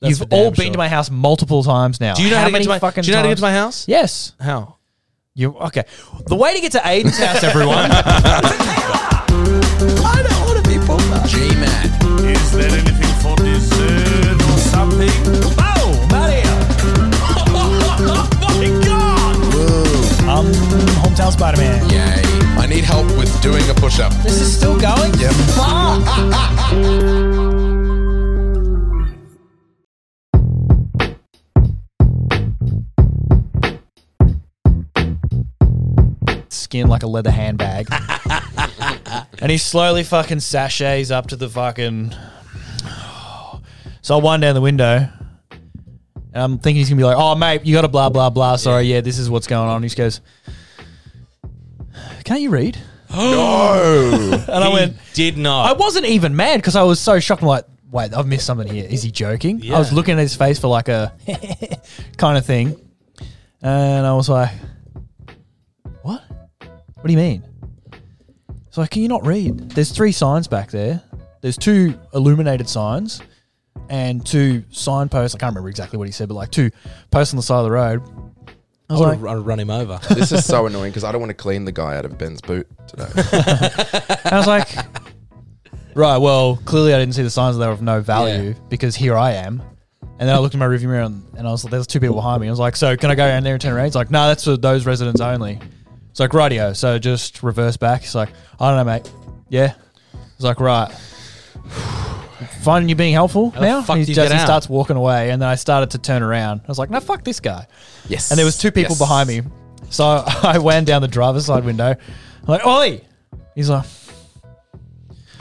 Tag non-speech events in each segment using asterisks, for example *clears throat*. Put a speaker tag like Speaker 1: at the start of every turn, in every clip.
Speaker 1: That's
Speaker 2: You've
Speaker 1: for damn
Speaker 2: all been
Speaker 1: sure.
Speaker 2: to my house multiple times now.
Speaker 1: Do you know how, to
Speaker 2: Oh,
Speaker 1: get
Speaker 2: many
Speaker 1: to my?
Speaker 2: fucking
Speaker 1: Do you know how to get
Speaker 2: times-
Speaker 1: to my house?
Speaker 2: Yes.
Speaker 1: How?
Speaker 2: You okay? The way to get to Aiden's house,
Speaker 1: *laughs*
Speaker 2: everyone.
Speaker 3: I don't want to be bummed. G Mac.
Speaker 4: Is there anything for dessert or something? Oh, Mario! oh my god!
Speaker 5: I'm hometown Spider Man.
Speaker 3: Yay. I need help with doing a push up.
Speaker 2: this is still going.
Speaker 3: Yep.
Speaker 2: Skin like a leather handbag. and he slowly fucking sachets up to the fucking. So I wind down the window. And I'm thinking he's gonna be like, "Oh, mate, you got to blah blah blah." Sorry, yeah, this is what's going on. He just goes, "Can't you
Speaker 1: *gasps*
Speaker 2: read?" *laughs*
Speaker 3: No.
Speaker 2: And I went,
Speaker 1: Did
Speaker 2: I
Speaker 1: not.
Speaker 2: wasn't even mad because I was so shocked. I'm like, wait, I've missed something here. Is he joking? I was
Speaker 1: Yeah.
Speaker 2: looking at his face for like a *laughs* kind of thing. And I was like, what? What do you mean? It's like, can you not read? There's three signs back there. There's two illuminated signs and two signposts. I can't remember exactly what he said, but like two posts on the side of the road. I was
Speaker 1: I
Speaker 2: like,
Speaker 1: would have run him over.
Speaker 6: *laughs* This is so annoying because I don't want to clean the guy out of Ben's boot
Speaker 3: *laughs*
Speaker 6: today.
Speaker 2: And I was like, *laughs* right, well, clearly I didn't see the signs that they were of no value
Speaker 1: Yeah.
Speaker 2: because here I am. And then I looked in my rearview mirror and, and I was like, there's two people behind me. I was like, so can I go around there and turn around? He's like, no, that's for those residents only. It's like, rightio. So just reverse back. He's like, I don't know, mate. Yeah. He's like, right. *sighs* Finding you being helpful
Speaker 1: the
Speaker 2: now?
Speaker 1: fuck
Speaker 2: He
Speaker 1: do you
Speaker 2: just
Speaker 1: get
Speaker 2: he
Speaker 1: out?
Speaker 2: starts walking away and then I started to turn around. I was like, no, fuck this guy.
Speaker 3: yes.
Speaker 2: And there was two people
Speaker 3: Yes.
Speaker 2: behind me. So *laughs* I ran down the driver's side window. I'm like, Ollie! He's like,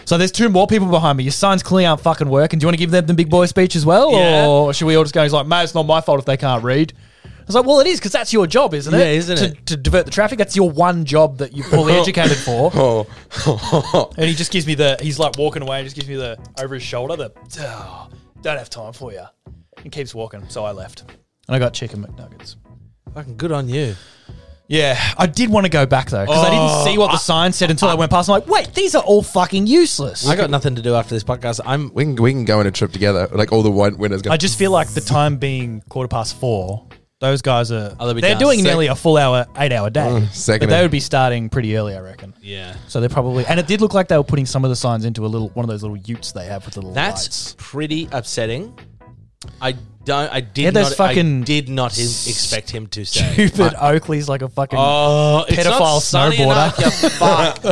Speaker 2: so there's two more people behind me. Your signs clearly aren't fucking working. Do you want to give them the big boy speech as well?
Speaker 1: Yeah.
Speaker 2: Or should we all just go? He's like, mate, it's not my fault if they can't read. I was like, well, it is because that's your job, isn't it?
Speaker 1: Yeah, isn't
Speaker 2: to,
Speaker 1: it?
Speaker 2: To divert the traffic. That's your one job that you're *laughs* fully educated for. and he just gives me the, he's like walking away and just gives me the, over his shoulder, the, "Oh, don't have time for you. And keeps walking. So I left. And I got chicken McNuggets.
Speaker 1: Fucking good on you.
Speaker 2: Yeah, I did want to go back though because Oh, I didn't see what the sign said until I, went past. I'm like, wait, these are all fucking useless.
Speaker 1: I
Speaker 2: I,
Speaker 1: got nothing to do after this podcast. I'm.
Speaker 6: We can, we can go on a trip together. Like all the win- winners go.
Speaker 2: just feel like the time being quarter past four, those guys are
Speaker 1: Oh, they'll be
Speaker 2: they're
Speaker 1: done.
Speaker 2: doing
Speaker 1: Sec-
Speaker 2: nearly a full hour, eight hour day.
Speaker 1: Mm,
Speaker 6: second
Speaker 2: but they
Speaker 6: it.
Speaker 2: would be starting pretty early, I reckon.
Speaker 1: Yeah.
Speaker 2: So they're probably and it did look like they were putting some of the signs into a little one of those little utes they have with little
Speaker 1: That's
Speaker 2: lights.
Speaker 1: pretty upsetting. I don't. I did
Speaker 2: Yeah,
Speaker 1: not.
Speaker 2: those fucking
Speaker 1: I did not his, expect him
Speaker 2: *laughs*
Speaker 1: to say.
Speaker 2: Stupid Oakley's like a fucking.
Speaker 1: Oh, it's not
Speaker 2: Pedophile
Speaker 1: sunny
Speaker 2: snowboarder.
Speaker 1: enough,
Speaker 2: *laughs*
Speaker 1: you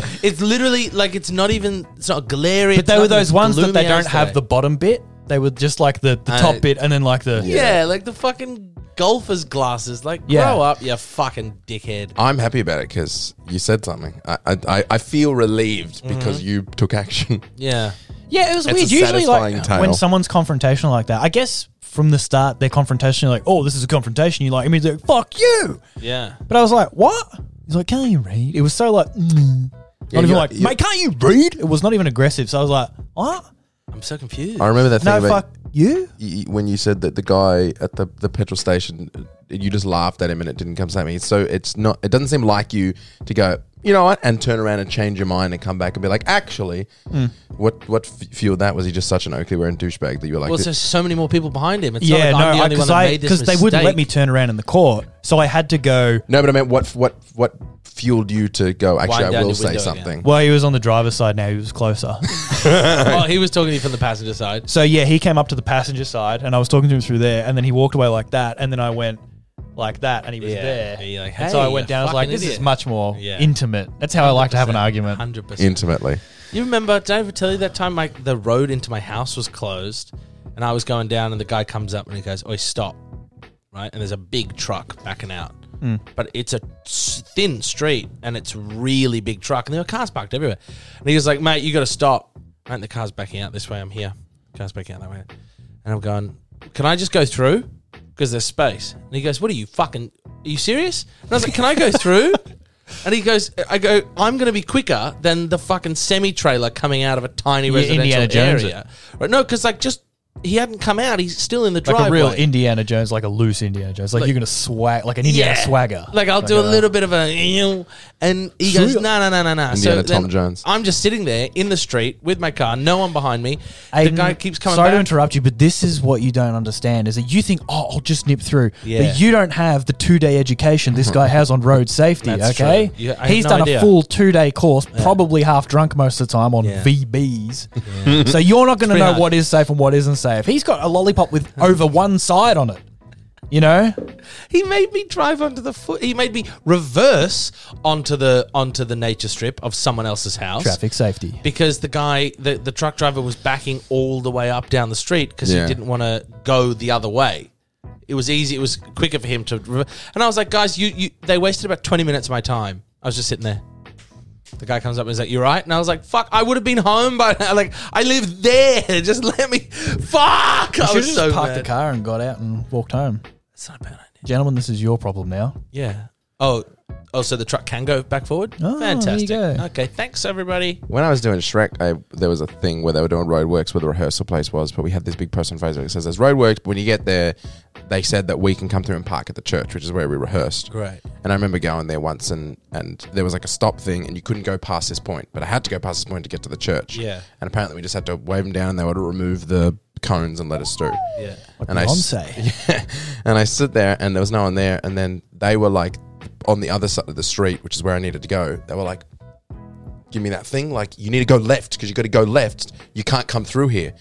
Speaker 1: fuck. it's literally like it's not even. It's not glaring.
Speaker 2: but
Speaker 1: it's
Speaker 2: they were
Speaker 1: nothing.
Speaker 2: those
Speaker 1: It's
Speaker 2: ones that
Speaker 1: gloomy
Speaker 2: they don't
Speaker 1: as
Speaker 2: have the
Speaker 1: today.
Speaker 2: bottom bit. They were just like the, the top
Speaker 1: Uh,
Speaker 2: bit and then like the
Speaker 1: Yeah, like the fucking golfer's glasses. Like
Speaker 2: Yeah.
Speaker 1: grow up, you fucking dickhead.
Speaker 6: I'm happy about it because you said something. I, I, I- I feel relieved
Speaker 2: Mm-hmm.
Speaker 6: because you took action. *laughs*
Speaker 1: Yeah.
Speaker 2: Yeah, it was
Speaker 6: It's
Speaker 2: weird.
Speaker 6: a
Speaker 2: Usually, like
Speaker 6: satisfying tale.
Speaker 2: when someone's confrontational like that, I guess from the start they're confrontational. Like, oh, this is a confrontation. You like, I mean, like, fuck you.
Speaker 1: Yeah.
Speaker 2: But I was like, what? He's like, can't you read? It was so like, mm.
Speaker 6: Yeah,
Speaker 2: not even
Speaker 6: you're-
Speaker 2: like,
Speaker 6: you're-
Speaker 2: mate, can't you read? It was not even aggressive. So I was like, what?
Speaker 1: I'm so confused.
Speaker 6: I remember that thing
Speaker 2: No,
Speaker 6: about
Speaker 2: fuck you.
Speaker 6: y- y- when you said that the guy at the, the petrol station, uh, you just laughed at him and it didn't come at me. So it's not. It doesn't seem like you to go. You know what? And turn around and change your mind and come back and be like, actually,
Speaker 1: Mm.
Speaker 6: what what f- fueled that was he just such an Oakley wearing douchebag that you were like,
Speaker 1: Well, there's so many more people behind him. It's
Speaker 2: Yeah,
Speaker 1: not like I'm the
Speaker 2: no,
Speaker 1: only one
Speaker 2: because
Speaker 1: that
Speaker 2: I
Speaker 1: made this
Speaker 2: because they wouldn't let me
Speaker 1: mistake.
Speaker 2: turn around in the court, so I had to go.
Speaker 6: no, but I meant what what what fueled you to go? Actually,
Speaker 1: Wind
Speaker 6: I
Speaker 1: down
Speaker 6: will
Speaker 1: your
Speaker 6: say
Speaker 1: window again.
Speaker 6: something.
Speaker 2: Well, he was on the driver's side now. He was closer.
Speaker 1: well, Oh, he was talking to you from the passenger side.
Speaker 2: So yeah, he came up to the passenger side, and I was talking to him through there, and then he walked away like that, and then I went like that, and he was
Speaker 1: Yeah.
Speaker 2: there.
Speaker 1: And you're like,
Speaker 2: and so I
Speaker 1: "Hey,
Speaker 2: went
Speaker 1: you
Speaker 2: down. I was like,
Speaker 1: fucking
Speaker 2: this is
Speaker 1: idiot."
Speaker 2: much more
Speaker 1: Yeah.
Speaker 2: intimate. That's how I like to have an argument.
Speaker 1: Hundred percent.
Speaker 6: Intimately,
Speaker 1: You remember? Did I ever tell you that time? Like the road into my house was closed, and I was going down, and the guy comes up and he goes, "Oi, stop!" Right, and there's a big truck backing out,
Speaker 2: Mm.
Speaker 1: but it's a s- thin street, and it's really big truck, and there were cars parked everywhere. And he was like, "Mate, you got to stop!" Right, the car's backing out this way. I'm here. car's backing out that way, and I'm going, "Can I just go through?" Because there's space. And he goes, "What are you fucking? Are you serious?" And I was like, "Can I
Speaker 2: *laughs*
Speaker 1: go through?" And he goes, I go, I'm going to be quicker than the fucking semi trailer coming out of a tiny
Speaker 2: Yeah,
Speaker 1: residential
Speaker 2: Indiana Jones
Speaker 1: area. Right? No, because like just he hadn't come out. He's still in the
Speaker 2: Like
Speaker 1: driveway.
Speaker 2: a real Indiana Jones, like a loose Indiana Jones. Like,
Speaker 1: Like-
Speaker 2: you're going to swag, like an Indiana swagger.
Speaker 1: Like I'll do a little bit of a you know, and he goes,
Speaker 2: Swagger.
Speaker 1: no, no, no, no, no.
Speaker 6: Indiana Tom Jones.
Speaker 1: I'm just sitting there in the street with my car, no one behind me. the
Speaker 2: Aiden,
Speaker 1: guy keeps coming
Speaker 2: Sorry to
Speaker 1: back.
Speaker 2: interrupt you, but this is what you don't understand is that you think, oh, I'll just nip through.
Speaker 1: Yeah.
Speaker 2: But you don't have the two day education this guy has on road safety,
Speaker 1: That's
Speaker 2: okay?
Speaker 1: true. You- I had
Speaker 2: He's
Speaker 1: no
Speaker 2: done
Speaker 1: idea.
Speaker 2: a full two day course, probably half drunk most of the time on
Speaker 1: Yeah. *laughs*
Speaker 2: VBs. so you're not going to
Speaker 1: pretty
Speaker 2: know
Speaker 1: hard.
Speaker 2: what is safe and what isn't safe. He's got a lollipop with over one side on it. You know?
Speaker 1: he made me drive onto the foot. He made me reverse onto the onto the nature strip of someone else's house.
Speaker 2: Traffic safety.
Speaker 1: because the guy, the, the truck driver, was backing all the way up down the street because
Speaker 6: Yeah.
Speaker 1: he didn't want to go the other way. It was easy. It was quicker for him to. rever- And I was like, guys, you, you they wasted about twenty minutes of my time. I was just sitting there. The guy comes up and is like, "You right?" And I was like, "Fuck! I would have been home by now. *laughs* Like, I live there. *laughs* Just let me. Fuck! I
Speaker 2: Should
Speaker 1: was
Speaker 2: have
Speaker 1: so
Speaker 2: just parked
Speaker 1: mad.
Speaker 2: the car and got out and walked home.
Speaker 1: It's not a bad idea.
Speaker 2: Gentlemen, this is your problem now.
Speaker 1: Yeah. Oh, oh. So the truck can go back forward.
Speaker 2: Oh, there you
Speaker 1: Fantastic.
Speaker 2: go.
Speaker 1: Okay. Thanks, everybody.
Speaker 6: When I was doing Shrek, I, there was a thing where they were doing roadworks where the rehearsal place was, but we had this big poster on Facebook that says there's roadworks, but when you get there, they said that we can come through and park at the church, which is where we rehearsed.
Speaker 1: Great.
Speaker 6: And I remember going there once and, and there was like a stop thing and you couldn't go past this point, but I had to go past this point to get to the church.
Speaker 1: Yeah.
Speaker 6: And apparently we just had to wave them down and they would remove the cones and let us through.
Speaker 1: Yeah.
Speaker 6: and I s-
Speaker 2: Beyonce.
Speaker 6: *laughs* and I stood there, and there was no one there. And then they were like on the other side of the street, which is where I needed to go. They were like, "Give me that thing! Like you need to go left because you got to go left. You can't come through here."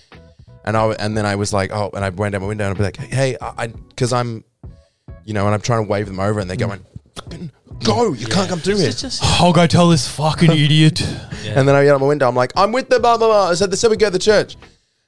Speaker 6: And I w- and then I was like, "Oh!" And I went down my window and I'd be like, "Hey, I because I'm, you know," and I'm trying to wave them over, and they're going, "Fucking go! You can't come through here."
Speaker 1: Mm. It's just- *gasps*
Speaker 2: I'll go tell this
Speaker 1: *laughs*
Speaker 2: fucking idiot.
Speaker 6: And then I yelled out my window, I'm like, I'm with the blah, blah, blah. I said, they said we go to the church.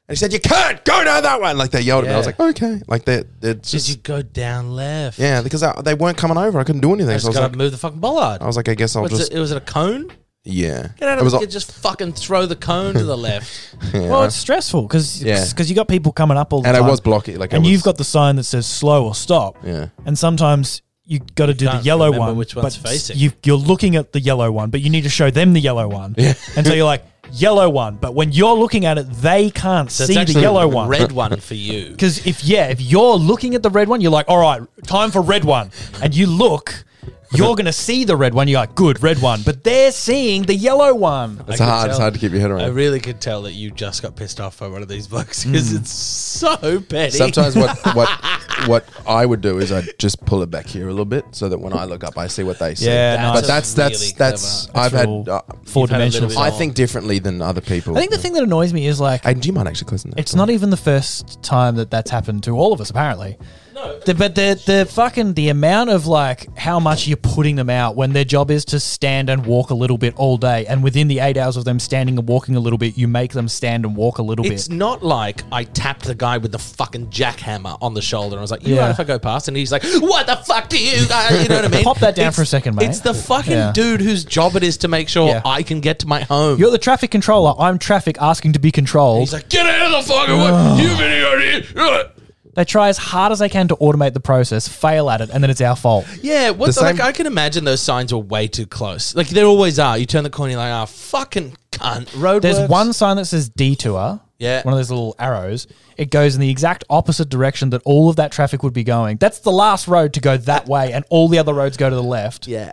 Speaker 6: And he said, you can't go down that way. And like they yelled at me. I was
Speaker 1: Yeah.
Speaker 6: like, okay. Like they, it's
Speaker 1: Did
Speaker 6: just,
Speaker 1: you go down left?
Speaker 6: yeah, because I, they weren't coming over. I couldn't do anything.
Speaker 1: I
Speaker 6: so I
Speaker 1: just
Speaker 6: was
Speaker 1: gotta
Speaker 6: like,
Speaker 1: move the fucking bollard.
Speaker 6: I was like, I guess I'll
Speaker 1: What's
Speaker 6: just,
Speaker 1: it, was it a cone?
Speaker 6: yeah.
Speaker 1: Get out
Speaker 6: It
Speaker 1: of
Speaker 6: was
Speaker 1: the
Speaker 6: all-
Speaker 1: kid, just fucking throw the cone to *laughs* the left.
Speaker 6: yeah.
Speaker 2: Well, it's stressful because
Speaker 6: Yeah.
Speaker 2: you got people coming up all the
Speaker 6: and I
Speaker 2: time.
Speaker 6: was blocky. Like, I
Speaker 2: and
Speaker 6: was,
Speaker 2: you've got the sign that says slow or stop.
Speaker 6: Yeah.
Speaker 2: And sometimes you got to do the
Speaker 1: can't
Speaker 2: yellow
Speaker 1: remember
Speaker 2: one.
Speaker 1: which one's
Speaker 2: but
Speaker 1: facing.
Speaker 2: You, you're looking at the yellow one, but you need to show them the yellow one.
Speaker 6: Yeah.
Speaker 2: and so you're like, yellow one. But when you're looking at it, they can't
Speaker 1: So it's
Speaker 2: see the
Speaker 1: actually
Speaker 2: yellow one.
Speaker 1: Red *laughs* one for you.
Speaker 2: Because if yeah, if you're looking at the red one, you're like, all right, time for red one, and you look, you're gonna see the red one. You're like, good, red one, but they're seeing the yellow one.
Speaker 6: it's
Speaker 1: I could
Speaker 6: hard. It's
Speaker 1: tell.
Speaker 6: hard to keep your head
Speaker 1: I
Speaker 6: around.
Speaker 1: really could tell that you just got pissed off by one of these books because it's so petty.
Speaker 6: Sometimes what, what, what I would do is I'd just pull it back here a little bit so that when I look up, I see what they see.
Speaker 2: Yeah,
Speaker 1: That's
Speaker 2: no,
Speaker 6: But
Speaker 1: just
Speaker 6: that's, that's,
Speaker 1: really
Speaker 6: that's,
Speaker 1: clever.
Speaker 6: I've had,
Speaker 2: all
Speaker 6: uh,
Speaker 2: four
Speaker 1: You've had a little
Speaker 2: dimensional.
Speaker 1: bit
Speaker 6: I
Speaker 2: I,
Speaker 1: of-
Speaker 6: think differently than other people.
Speaker 2: think the thing that annoys me is like,
Speaker 6: And do you mind actually closing that?
Speaker 2: it's not even the first time that that's happened to all of us. Apparently,
Speaker 1: No.
Speaker 2: The- but the the fucking the amount of like how much you're putting them out when their job is to stand and walk a little bit all day, and within the eight hours of them standing and walking a little bit, you make them stand and walk a little bit.
Speaker 1: *laughs* It's not like I tapped the guy with the fucking jackhammer on the shoulder and I was like, you
Speaker 2: Yeah.
Speaker 1: right if I go past? And he's like, what the fuck do you, guys-" you know what *laughs* I mean?
Speaker 2: Pop that down for a
Speaker 1: It's-
Speaker 2: second, mate.
Speaker 1: It's the fucking
Speaker 2: Yeah.
Speaker 1: dude whose job it is to make sure
Speaker 2: Yeah.
Speaker 1: I can get to my home.
Speaker 2: You're the traffic controller. I'm traffic asking to be controlled.
Speaker 1: He's like, get out of the fucking way. You've been here.
Speaker 2: they try as hard as they can to automate the process, fail at it, and then it's our fault.
Speaker 1: Yeah, what
Speaker 6: The
Speaker 1: the- like
Speaker 6: same-
Speaker 1: I can imagine those signs were way too close. Like they always are. You turn the corner, you're like, ah, fucking cunt. Road.
Speaker 2: There's
Speaker 1: works."
Speaker 2: one sign that says detour.
Speaker 1: Yeah.
Speaker 2: One of those little arrows. It goes in the exact opposite direction that all of that traffic would be going. That's the last road to go that way, and all the other roads go to the left.
Speaker 1: Yeah.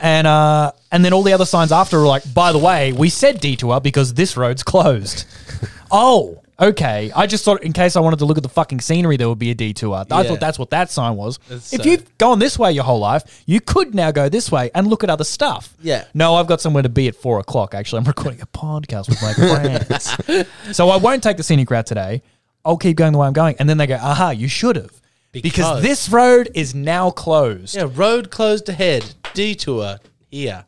Speaker 2: And uh, and then all the other signs after are like, by the way, we said detour because this road's
Speaker 1: *laughs*
Speaker 2: closed. oh, okay. I just thought in case I wanted to look at the fucking scenery, there would be a detour. I
Speaker 1: Yeah.
Speaker 2: thought that's what that sign was.
Speaker 1: That's,
Speaker 2: if
Speaker 1: uh,
Speaker 2: you've gone this way your whole life, you could now go this way and look at other stuff.
Speaker 1: Yeah.
Speaker 2: No, I've got somewhere to be at four o'clock. Actually, I'm recording a podcast with my
Speaker 1: *laughs*
Speaker 2: friends, so I won't take the scenic route today. I'll keep going the way I'm going, and then they go, "Aha, you should have."
Speaker 1: Because-
Speaker 2: because this road is now closed.
Speaker 1: Yeah, road closed ahead. Detour here.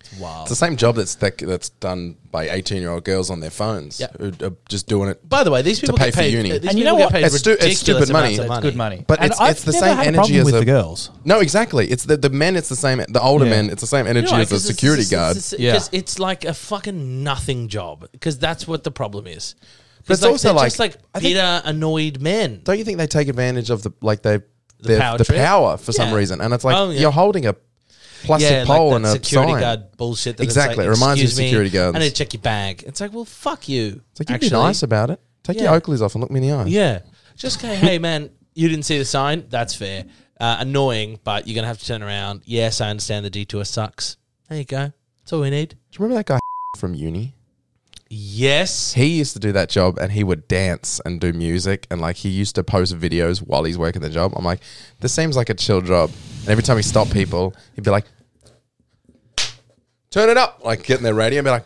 Speaker 1: It's wild.
Speaker 6: It's the same job that's that, that's done by eighteen-year-old girls on their phones
Speaker 1: Yeah.
Speaker 6: who are just doing it.
Speaker 1: By the way, these people
Speaker 6: pay
Speaker 1: get
Speaker 6: for
Speaker 1: paid.
Speaker 6: uni.
Speaker 1: uh, these
Speaker 2: And you know
Speaker 1: people get
Speaker 2: what?
Speaker 1: paid
Speaker 6: It's stu- it's
Speaker 1: ridiculous
Speaker 6: stupid
Speaker 1: amounts
Speaker 6: money.
Speaker 1: of
Speaker 6: It's
Speaker 2: It's good money.
Speaker 6: But
Speaker 2: And
Speaker 6: it's-
Speaker 2: I've
Speaker 6: it's the
Speaker 2: never
Speaker 6: same
Speaker 2: had a
Speaker 6: energy
Speaker 2: problem
Speaker 6: as
Speaker 2: with
Speaker 6: a-
Speaker 2: the girls.
Speaker 6: No, exactly. It's the, the men. It's the same. The older
Speaker 2: Yeah.
Speaker 6: men. It's the same energy
Speaker 1: You know why?
Speaker 6: as a
Speaker 1: 'Cause it's-
Speaker 6: security
Speaker 1: it's-
Speaker 6: guard.
Speaker 1: It's, it's,
Speaker 2: Yeah.
Speaker 1: 'cause it's like a fucking nothing job because that's what the problem is.
Speaker 6: But it's
Speaker 1: like,
Speaker 6: also
Speaker 1: they're
Speaker 6: like-
Speaker 1: just like
Speaker 6: I think-
Speaker 1: bitter, annoyed men.
Speaker 6: Don't you think they take advantage of the like they the,
Speaker 1: power
Speaker 6: the
Speaker 1: trip?
Speaker 6: power for some
Speaker 1: Yeah.
Speaker 6: reason? And it's like
Speaker 1: Oh, yeah.
Speaker 6: you're holding a plastic
Speaker 1: yeah,
Speaker 6: pole
Speaker 1: like
Speaker 6: and
Speaker 1: that
Speaker 6: a
Speaker 1: security
Speaker 6: sign.
Speaker 1: guard bullshit. That It's
Speaker 6: Exactly, it
Speaker 1: like,
Speaker 6: reminds you of
Speaker 1: "Excuse me,
Speaker 6: security guards."
Speaker 1: I need to check your bag. It's like, well, fuck you.
Speaker 6: It's like you be nice about it. Take
Speaker 1: Yeah.
Speaker 6: your Oakleys off and look me in the eye.
Speaker 1: Yeah. Just go, hey, man, you didn't see the sign. That's fair. Uh, annoying, but you're going to have to turn around. Yes, I understand the detour sucks. There you go. That's all we need.
Speaker 6: Do you remember that guy *laughs* from uni?
Speaker 1: Yes.
Speaker 6: He used to do that job and he would dance and do music and like he used to post videos while he's working the job. I'm like, this seems like a chill job. And every time he stopped people, he'd be like, turn it up. Like get in their radio and be like,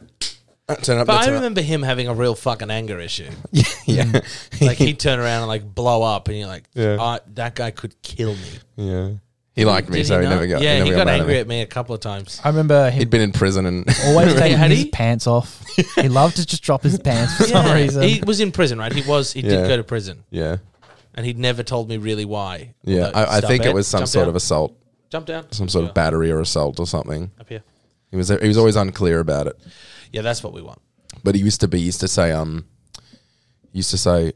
Speaker 6: "Uh, turn it up.
Speaker 1: But
Speaker 6: that's
Speaker 1: I
Speaker 6: all right."
Speaker 1: remember Mm. him having a real fucking anger issue.
Speaker 6: *laughs* yeah.
Speaker 1: Like he'd turn around and like blow up, and you're like,
Speaker 6: Yeah.
Speaker 1: "Ah, that guy could kill me.
Speaker 6: yeah. He liked me,
Speaker 1: Did
Speaker 6: so he,
Speaker 1: not?
Speaker 6: never got
Speaker 1: Yeah,
Speaker 6: never
Speaker 1: he got
Speaker 6: mad
Speaker 1: angry
Speaker 6: me.
Speaker 1: at me a couple of
Speaker 6: *laughs*
Speaker 1: times.
Speaker 2: I remember
Speaker 6: He'd
Speaker 2: him
Speaker 6: been in
Speaker 1: *laughs*
Speaker 6: prison and *laughs*
Speaker 2: always taking
Speaker 1: Had
Speaker 2: his
Speaker 1: he?
Speaker 2: pants off. he loved to just drop his pants for some
Speaker 1: Yeah.
Speaker 2: reason.
Speaker 1: He was in prison, right? He was. He
Speaker 6: Yeah.
Speaker 1: did go to prison,
Speaker 6: Yeah.
Speaker 1: and he'd never told me really why.
Speaker 6: Yeah.
Speaker 1: Although-
Speaker 6: I, I
Speaker 1: Stop
Speaker 6: think it was some
Speaker 1: Jump
Speaker 6: sort
Speaker 1: down.
Speaker 6: of assault,
Speaker 1: jump down,
Speaker 6: some sort of
Speaker 1: Yeah.
Speaker 6: battery or assault or something.
Speaker 1: up here.
Speaker 6: He was he was always unclear about it.
Speaker 1: Yeah, that's what we want.
Speaker 6: but he used to be he used to say um he used to say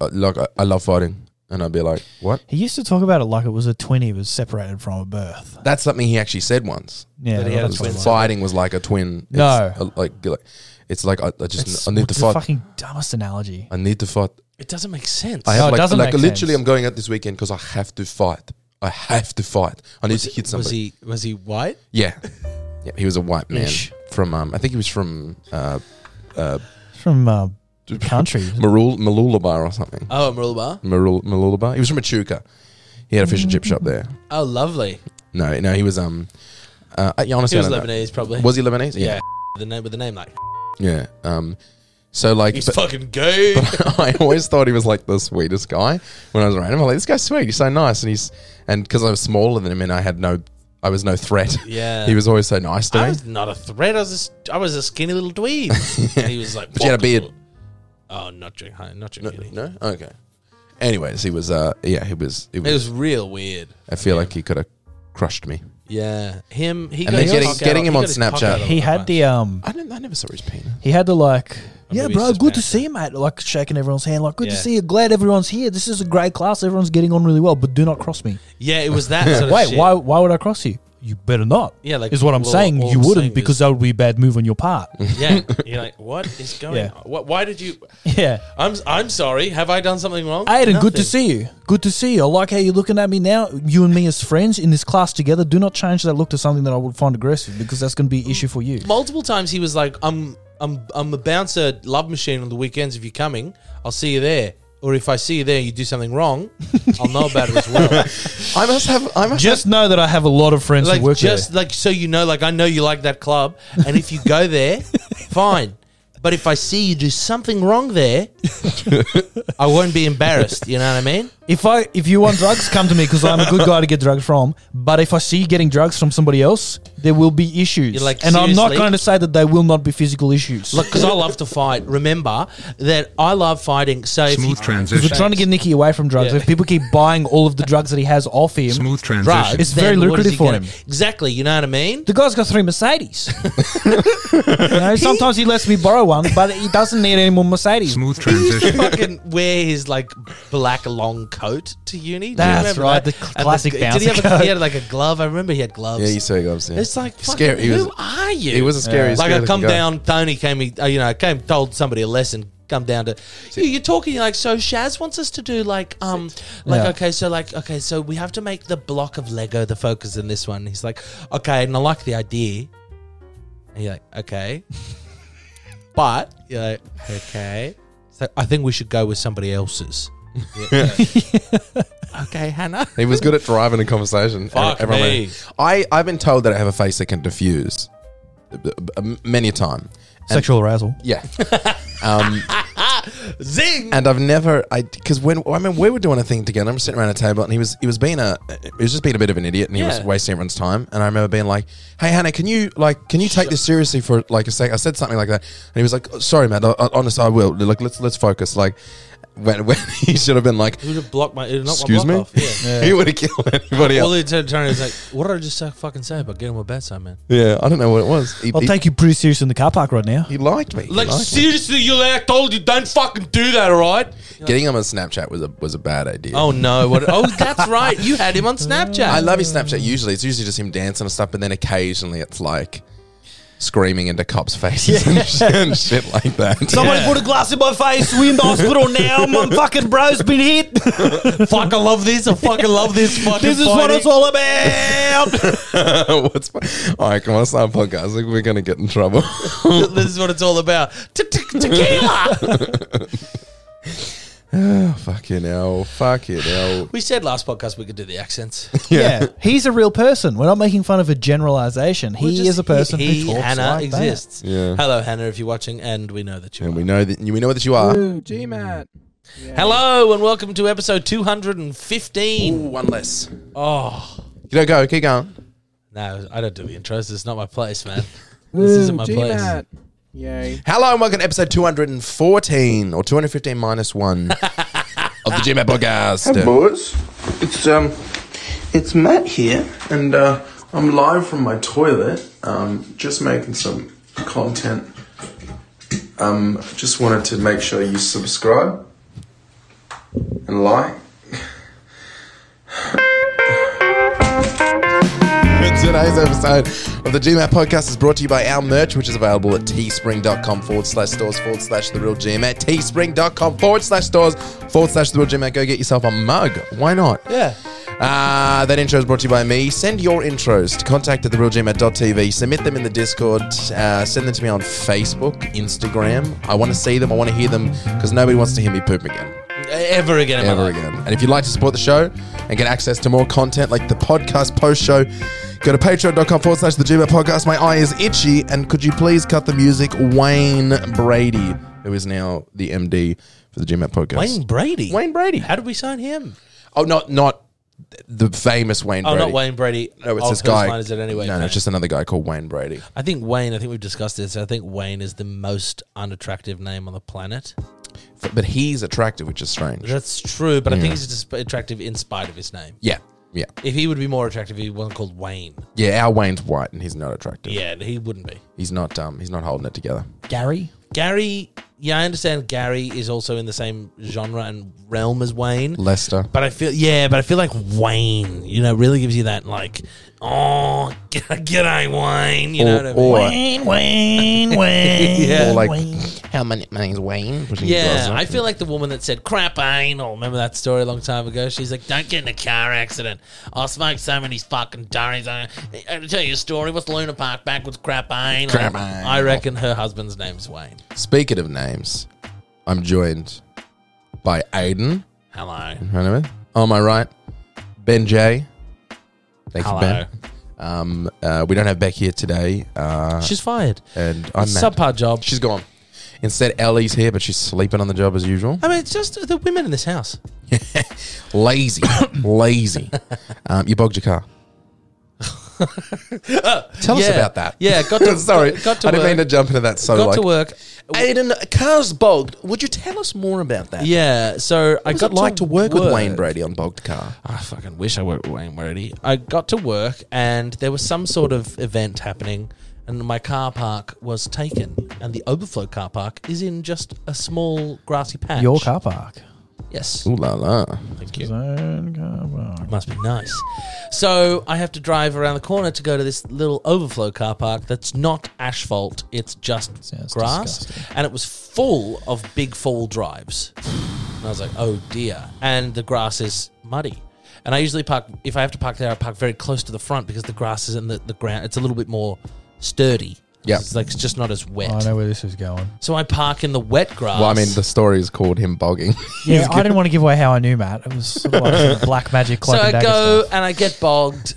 Speaker 6: uh, look I, I love fighting and I'd be like what
Speaker 2: He used to talk about it like it was a twin he was separated from at birth.
Speaker 6: that's something he actually said once
Speaker 2: Yeah,
Speaker 1: That he had
Speaker 2: that's what
Speaker 1: a
Speaker 6: It
Speaker 1: twin
Speaker 2: it
Speaker 6: was
Speaker 2: was.
Speaker 1: son.
Speaker 6: fighting was like a twin It's
Speaker 2: No.
Speaker 6: a- like like- it's like I, I just
Speaker 2: It's-
Speaker 6: I need to
Speaker 2: it's the
Speaker 6: fight
Speaker 2: fucking dumbest analogy.
Speaker 6: I need to fight
Speaker 1: It doesn't make sense.
Speaker 6: I have
Speaker 2: it
Speaker 6: like,
Speaker 2: doesn't
Speaker 6: like
Speaker 2: make
Speaker 6: literally
Speaker 2: sense.
Speaker 6: I'm going out this weekend because I have to fight I have to fight I need to hit
Speaker 1: was
Speaker 6: somebody
Speaker 1: he was he white?
Speaker 6: yeah yeah he was a white man
Speaker 2: Ish.
Speaker 6: from um I think he was from uh uh
Speaker 2: From uh, country.
Speaker 6: Marul Malulabar or something
Speaker 1: Oh, Marulba.
Speaker 6: Marul Malulabar he was from Echuca he had a fish and chip shop there
Speaker 1: Oh, lovely.
Speaker 6: No, no, he was um. Uh, I- honestly,
Speaker 1: He was
Speaker 6: I don't know.
Speaker 1: Lebanese, probably.
Speaker 6: Was he Lebanese?
Speaker 1: yeah. The name with the name like
Speaker 6: yeah. Um, so like,
Speaker 1: he's
Speaker 6: but,
Speaker 1: fucking gay.
Speaker 6: but *laughs* I always thought he was like the sweetest guy when I was around him. I'm like, this guy's sweet. He's so nice, and he's and because I was smaller than him, and I had no, I was no threat.
Speaker 1: *laughs* Yeah.
Speaker 6: he was always so nice to
Speaker 1: I
Speaker 6: me.
Speaker 1: was not a threat. I was a, st- I was a skinny little dweeb.
Speaker 6: *laughs*
Speaker 1: And he was like,
Speaker 6: But you had a beard.
Speaker 1: Oh, not Jack, Hi- not Jack.
Speaker 6: No,
Speaker 1: Healy.
Speaker 6: no, okay. Anyways, he was. Uh, yeah, he was. He was,
Speaker 1: It was real weird.
Speaker 6: I feel like he could have crushed me.
Speaker 1: Yeah, him. He got
Speaker 6: And then
Speaker 1: his
Speaker 6: getting-
Speaker 1: cock
Speaker 6: getting
Speaker 1: out-
Speaker 6: him
Speaker 1: he
Speaker 6: on
Speaker 1: got his cock
Speaker 6: Snapchat.
Speaker 1: out a
Speaker 2: He
Speaker 1: little
Speaker 2: had
Speaker 1: bit.
Speaker 2: the um.
Speaker 6: I didn't. I never saw his
Speaker 1: *laughs*
Speaker 6: penis.
Speaker 2: He had the like.
Speaker 1: maybe
Speaker 2: Yeah,
Speaker 1: it's
Speaker 2: bro.
Speaker 1: just
Speaker 2: Good to
Speaker 1: bad.
Speaker 2: see you, mate. Like shaking everyone's hand. Like, good to
Speaker 1: Yeah.
Speaker 2: see you. Glad everyone's here. This is a great class. Everyone's getting on really well. But do not cross me.
Speaker 1: Yeah, it
Speaker 6: *laughs*
Speaker 1: was that. Sort of
Speaker 2: Wait,
Speaker 1: shit.
Speaker 2: why? Why would I cross you? You better not.
Speaker 1: Yeah, like,
Speaker 2: is what I'm
Speaker 1: well,
Speaker 2: saying.
Speaker 1: all
Speaker 2: You
Speaker 1: I'm
Speaker 2: wouldn't
Speaker 1: saying
Speaker 2: because
Speaker 1: is-
Speaker 2: that would be a bad move on your part.
Speaker 1: *laughs*
Speaker 6: *laughs*
Speaker 1: Yeah, you're like, what is going?
Speaker 2: Yeah.
Speaker 1: on? What, why did you?
Speaker 2: yeah.
Speaker 1: I'm I'm sorry. Have I done something wrong?
Speaker 2: Aiden, good
Speaker 1: Nothing.
Speaker 2: to see you. Good to see you. I like how you're looking at me now. You and me as friends in this class together. Do not change that look to something that I would find aggressive because that's going to be an issue for you.
Speaker 1: Multiple times he was like, I'm I'm I'm a bouncer love machine on the weekends. If you're coming, I'll see you there. Or if I see you there, you do something
Speaker 2: *laughs*
Speaker 1: wrong, I'll know about it as well.
Speaker 6: I must have. I must.
Speaker 2: Just know that I have a lot of friends
Speaker 1: like
Speaker 2: who work
Speaker 1: just
Speaker 2: there.
Speaker 1: like so you know, like I know you like that club, and if you
Speaker 2: *laughs*
Speaker 1: go there, fine. But if I see you do something wrong
Speaker 2: *laughs*
Speaker 1: there, I won't be embarrassed. You know what I mean?
Speaker 2: If I if you want drugs, come to me because I'm a good guy to get drugs from. But if I see you getting drugs from somebody else, there will be issues.
Speaker 1: You're like,
Speaker 2: and I'm not
Speaker 1: seriously?
Speaker 2: going to say that they will not be physical issues.
Speaker 1: Look, because I love to fight. Remember that I love fighting. So if you,
Speaker 2: if
Speaker 7: Smooth
Speaker 2: you're trying
Speaker 7: transition.
Speaker 2: to get Nicky away from drugs,
Speaker 1: Yeah.
Speaker 2: if people keep buying all of the drugs that he has off him,
Speaker 7: Smooth
Speaker 1: drugs,
Speaker 7: transition.
Speaker 2: It's very
Speaker 1: then what
Speaker 2: lucrative
Speaker 1: is he
Speaker 2: for
Speaker 1: gonna-
Speaker 2: him.
Speaker 1: Exactly. You know what
Speaker 2: *laughs*
Speaker 1: I mean?
Speaker 2: The guy's got three
Speaker 1: *laughs*
Speaker 2: Mercedes. you know, sometimes he lets me borrow one, but he doesn't need any more Mercedes.
Speaker 7: Smooth
Speaker 1: He used to
Speaker 7: transition.
Speaker 1: fucking wear his like black long coat to uni. Do you
Speaker 2: That's
Speaker 1: remember
Speaker 2: right,
Speaker 1: that?
Speaker 2: the cl-
Speaker 1: And
Speaker 2: classic
Speaker 1: Did he,
Speaker 2: bouncer
Speaker 1: have a, he
Speaker 2: coat.
Speaker 1: had like a glove. I remember he had gloves.
Speaker 6: yeah, you say gloves. Yeah.
Speaker 1: it's like fucking,
Speaker 6: Scary. He
Speaker 1: Who
Speaker 6: was-
Speaker 1: are you?
Speaker 6: He was a scary.
Speaker 1: like I
Speaker 6: scary-looking
Speaker 1: come
Speaker 6: guy.
Speaker 1: down. Tony came. he- uh, You know, came told somebody a lesson. Come down to you. You're talking like so. Shaz wants us to do like um like
Speaker 2: Yeah.
Speaker 1: okay. So like okay. So we have to make the block of Lego the focus in this one. He's like okay, and I like the idea. And you're like
Speaker 6: *laughs*
Speaker 1: okay, but you're like okay. So I think we should go with somebody else's. *laughs* okay, Hannah.
Speaker 6: He was good at driving a conversation.
Speaker 1: Fuck me.
Speaker 6: went, I, I've been told that I have a face that can diffuse uh, b- b- many a time.
Speaker 2: Sexual arousal.
Speaker 6: Yeah. um,
Speaker 1: Zing.
Speaker 6: and I've never, I because when I mean we were doing a thing together, I'm sitting around a table, and he was he was being a he was just being a bit of an idiot, and he was
Speaker 1: Yeah.
Speaker 6: wasting everyone's time. And I remember being like, "Hey Hannah, can you like can you take this seriously for like a sec?" I said something like that, and he was like, oh, "Sorry, man, honest, I will. Like let's let's focus." Like when *laughs* when he should have been like,
Speaker 1: Who would have blocked my? knocked my
Speaker 6: "Excuse
Speaker 1: block
Speaker 6: me,"
Speaker 1: Off. Yeah.
Speaker 6: *laughs* he would have killed anybody
Speaker 1: Well,
Speaker 6: else.
Speaker 1: the attorney was like, "What did I just say- fucking say about getting my bedside man?"
Speaker 6: Yeah, I don't know what it was. He,
Speaker 2: I'll
Speaker 6: he-
Speaker 2: take Oh, you pretty serious in the car park right now.
Speaker 6: He liked me. He
Speaker 1: Like
Speaker 6: liked me.
Speaker 1: seriously, you like I told you, don't fucking do that, all right?
Speaker 6: Getting him on Snapchat was a was a bad idea.
Speaker 1: Oh no! What, oh, *laughs* that's right. You had him on Snapchat.
Speaker 6: I love his Snapchat. Usually, it's usually just him dancing and stuff, but then occasionally it's like screaming into cops' faces and, shit, and shit like that.
Speaker 5: Somebody put a glass in my face. We in
Speaker 1: *laughs*
Speaker 5: the hospital now. My fucking bro's been hit.
Speaker 1: Fuck, I love this. I fucking
Speaker 5: *laughs*
Speaker 1: love this. Fucking
Speaker 5: This is what it's all about.
Speaker 6: *laughs* What's all right? Come on, start a podcast. Like, we're gonna get in trouble. *laughs*
Speaker 1: *laughs* This is what it's all about. Tequila.
Speaker 6: fucking hell! Fucking hell!
Speaker 1: *laughs* We said last podcast we could do the accents.
Speaker 2: Yeah. he's a real person. We're not making fun of a generalization. He
Speaker 1: Just
Speaker 2: is a person
Speaker 1: He,
Speaker 2: who talks
Speaker 1: Hannah
Speaker 2: like that.
Speaker 1: exists.
Speaker 6: Yeah.
Speaker 1: Hello, Hannah, if you're watching, and we know that you.
Speaker 6: And
Speaker 1: Are.
Speaker 6: we know that we know that you are. Ooh,
Speaker 1: Hello, and welcome to episode 215.
Speaker 6: one less.
Speaker 1: Oh
Speaker 6: You know, go. Keep going.
Speaker 1: no, I don't do the intros. It's not my place,
Speaker 6: *laughs*
Speaker 1: man. This isn't my place.
Speaker 6: Hello and welcome to episode 214 or 215 minus one of the GMAT podcast.
Speaker 7: boys. It's um, it's Matt here, and uh, I'm live from my toilet. Um, just making some content. Um, just wanted to make sure you subscribe and like.
Speaker 6: Today's episode of the GMAT podcast is brought to you by our merch, which is available at teespring.com forward slash stores forward slash the real GMAT. Teespring.com forward slash stores forward slash the real GMAT. Go get yourself a mug. Why not?
Speaker 1: Yeah.
Speaker 6: Uh, that intro is brought to you by me. Send your intros to contact at therealgm.tv. Submit them in the Discord. Uh, send them to me on Facebook, Instagram. I want to see them. I want to hear them because nobody wants to hear me poop again.
Speaker 1: E-, Ever again. in my
Speaker 6: Ever
Speaker 1: life.
Speaker 6: again. And if you'd like to support the show and get access to more content like the podcast post show, go to patreon.com forward slash the GMAT podcast. My eye is itchy. And could you please cut the music? Wayne Brady, who is now the MD for the GMAT podcast.
Speaker 1: Wayne Brady.
Speaker 6: Wayne Brady.
Speaker 1: How did we sign him?
Speaker 6: Oh, not, not the famous Wayne
Speaker 1: Oh,
Speaker 6: Brady.
Speaker 1: not Wayne Brady.
Speaker 6: No, it's
Speaker 1: oh,
Speaker 6: this
Speaker 1: whose
Speaker 6: guy.
Speaker 1: line is it anyway?
Speaker 6: No, no, it's just another guy called Wayne Brady.
Speaker 1: I think Wayne. I think we've discussed this. I think Wayne is the most unattractive name on the planet.
Speaker 6: F- But he's attractive, which is strange.
Speaker 1: That's true, but I think he's just attractive in spite of his name.
Speaker 6: Yeah, yeah,
Speaker 1: If he would be more attractive, he wasn't called Wayne.
Speaker 6: yeah. Our Wayne's white, and he's not attractive.
Speaker 1: Yeah, he wouldn't be.
Speaker 6: He's not. Um, he's not holding it together.
Speaker 2: Gary?
Speaker 1: Gary. Yeah, I understand. Gary is also in the same genre and realm as Wayne.
Speaker 6: Lester.
Speaker 1: But I feel yeah, but I feel like Wayne, you know, really gives you that like, *laughs* oh, g'day Wayne, you know what I mean?
Speaker 6: or,
Speaker 2: Wayne,
Speaker 1: *laughs*
Speaker 2: Wayne, Wayne.
Speaker 1: Yeah.
Speaker 6: or like,
Speaker 3: How many? My name's Wayne.
Speaker 1: Yeah, I feel like the woman that said crap anal. Remember that story a long time ago? She's like, "Don't get in a car accident. I'll smoke so many fucking durries." I- I'll tell you a story. What's Luna Park backwards? Crap anal.
Speaker 6: Crap anal.
Speaker 1: I reckon her husband's name's Wayne.
Speaker 6: speaking of names, I'm joined by Aiden.
Speaker 1: Hello.
Speaker 6: Hello. On my right, Ben J. Thank you,
Speaker 1: Hello.
Speaker 6: Ben. Um, uh, we don't have Beck here today, uh,
Speaker 1: She's fired.
Speaker 6: and I'm Matt.
Speaker 1: Subpar job.
Speaker 6: She's gone. Instead, Ellie's here, but she's sleeping on the job as usual.
Speaker 1: I mean, it's just the women in this house. *coughs*
Speaker 6: Lazy, lazy. Um, you bogged your
Speaker 1: *laughs*
Speaker 6: car. Tell us
Speaker 1: Yeah.
Speaker 6: about that.
Speaker 1: Yeah, got to
Speaker 6: *laughs* Sorry,
Speaker 1: got- got to
Speaker 6: I didn't
Speaker 1: work.
Speaker 6: mean to jump into that so
Speaker 1: Got
Speaker 6: like.
Speaker 1: to work.
Speaker 6: Aiden, car's bogged. Would you tell us more about that?
Speaker 1: Yeah, so I
Speaker 6: What's
Speaker 1: got
Speaker 6: it like to work, with Wayne Brady on bogged car?
Speaker 1: I fucking wish I worked with Wayne Brady. I got to work and there was some sort of event happening and my car park was taken and the overflow car park is in just a small grassy patch.
Speaker 2: Your car park.
Speaker 1: Yes.
Speaker 6: Ooh la la.
Speaker 1: Thank you.
Speaker 2: Zone car park.
Speaker 1: Must be nice. So I have to drive around the corner to go to this little overflow car park that's not asphalt, it's just
Speaker 2: Sounds
Speaker 1: grass.
Speaker 2: disgusting.
Speaker 1: And it was full of big four drives. And I was like, oh dear. And the grass is muddy. And I usually park, if I have to park there, I park very close to the front because the grass is in the, the ground. It's a little bit more sturdy.
Speaker 6: Yeah.
Speaker 1: It's like, it's just not as wet.
Speaker 2: I know where this is going.
Speaker 1: so I park in the wet grass.
Speaker 6: Well, I mean, the story is called him bogging. *laughs*
Speaker 2: Yeah, I didn't want to give away how I knew Matt. It was sort of
Speaker 1: *laughs*
Speaker 2: like black magic
Speaker 1: so
Speaker 2: cloak
Speaker 1: I
Speaker 2: and dagger
Speaker 1: go
Speaker 2: stuff.
Speaker 1: and I get bogged.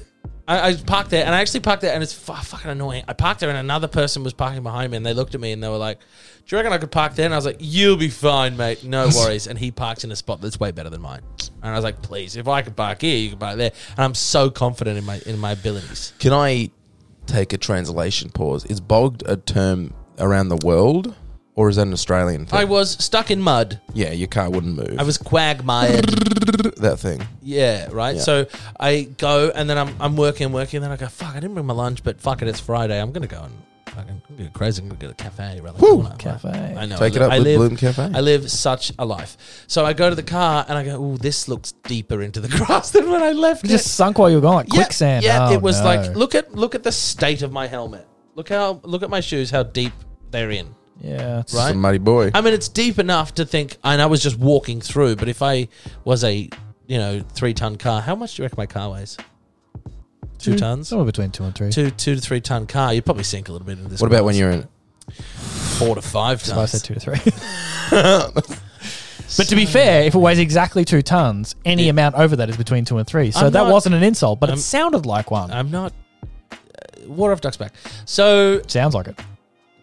Speaker 1: I, I parked there and I actually parked there and it's fu- fucking annoying. I parked there and another person was parking behind me and they looked at me and they were like, "Do you reckon I could park there?" And I was like, "You'll be fine, mate. No worries." And he parked in a spot that's way better than mine. And I was like, "Please, if I could park here, you could park there." And I'm so confident in my in my abilities.
Speaker 6: Can I take a translation pause? Is bogged a term around the world, or is that an Australian thing?
Speaker 1: I was stuck in mud.
Speaker 6: yeah, your car wouldn't move.
Speaker 1: I was quagmired.
Speaker 6: *laughs* that thing.
Speaker 1: Yeah, right.
Speaker 6: Yeah.
Speaker 1: So I go and then I'm I'm working and working. And then I go, fuck, I didn't bring my lunch, but fuck it, it's Friday. I'm gonna go and fucking I'm gonna go crazy. I'm gonna go to a cafe around the corner.
Speaker 2: cafe.
Speaker 1: I know.
Speaker 6: Take
Speaker 1: I
Speaker 6: it
Speaker 1: li-
Speaker 6: up
Speaker 1: I
Speaker 6: with
Speaker 1: live,
Speaker 6: Bloom Cafe.
Speaker 1: I live such a life. So I go to the car and I go, oh, this looks deeper into the *laughs* grass than when I left.
Speaker 2: You just
Speaker 1: it."
Speaker 2: sunk while you were gone, like
Speaker 1: Yeah,
Speaker 2: quicksand.
Speaker 1: Yeah,
Speaker 2: Oh,
Speaker 1: it was
Speaker 2: no.
Speaker 1: like look at look at the state of my helmet. Look Look how look at my shoes, how deep they're in.
Speaker 2: Yeah. It's,
Speaker 1: Right?
Speaker 6: Some muddy boy.
Speaker 1: I mean, it's deep enough to think, and I was just walking through. But if I was a, you know, three ton car, how much do you reckon my car weighs? Two tons,
Speaker 2: Somewhere between two and three.
Speaker 1: two two to three ton car. You'd probably sink a little bit into this.
Speaker 6: what about when
Speaker 1: class.
Speaker 6: you're in?
Speaker 1: four to five
Speaker 2: So I
Speaker 1: tons?
Speaker 2: said two to three.
Speaker 1: *laughs*
Speaker 2: but to be fair, if it weighs exactly two tons, any
Speaker 1: Yeah.
Speaker 2: amount over that is between two and three. So
Speaker 1: I'm
Speaker 2: that
Speaker 1: not-
Speaker 2: wasn't an insult, but
Speaker 1: I'm-
Speaker 2: it sounded like one.
Speaker 1: I'm not. Uh, water off duck's back. So
Speaker 2: Sounds like it.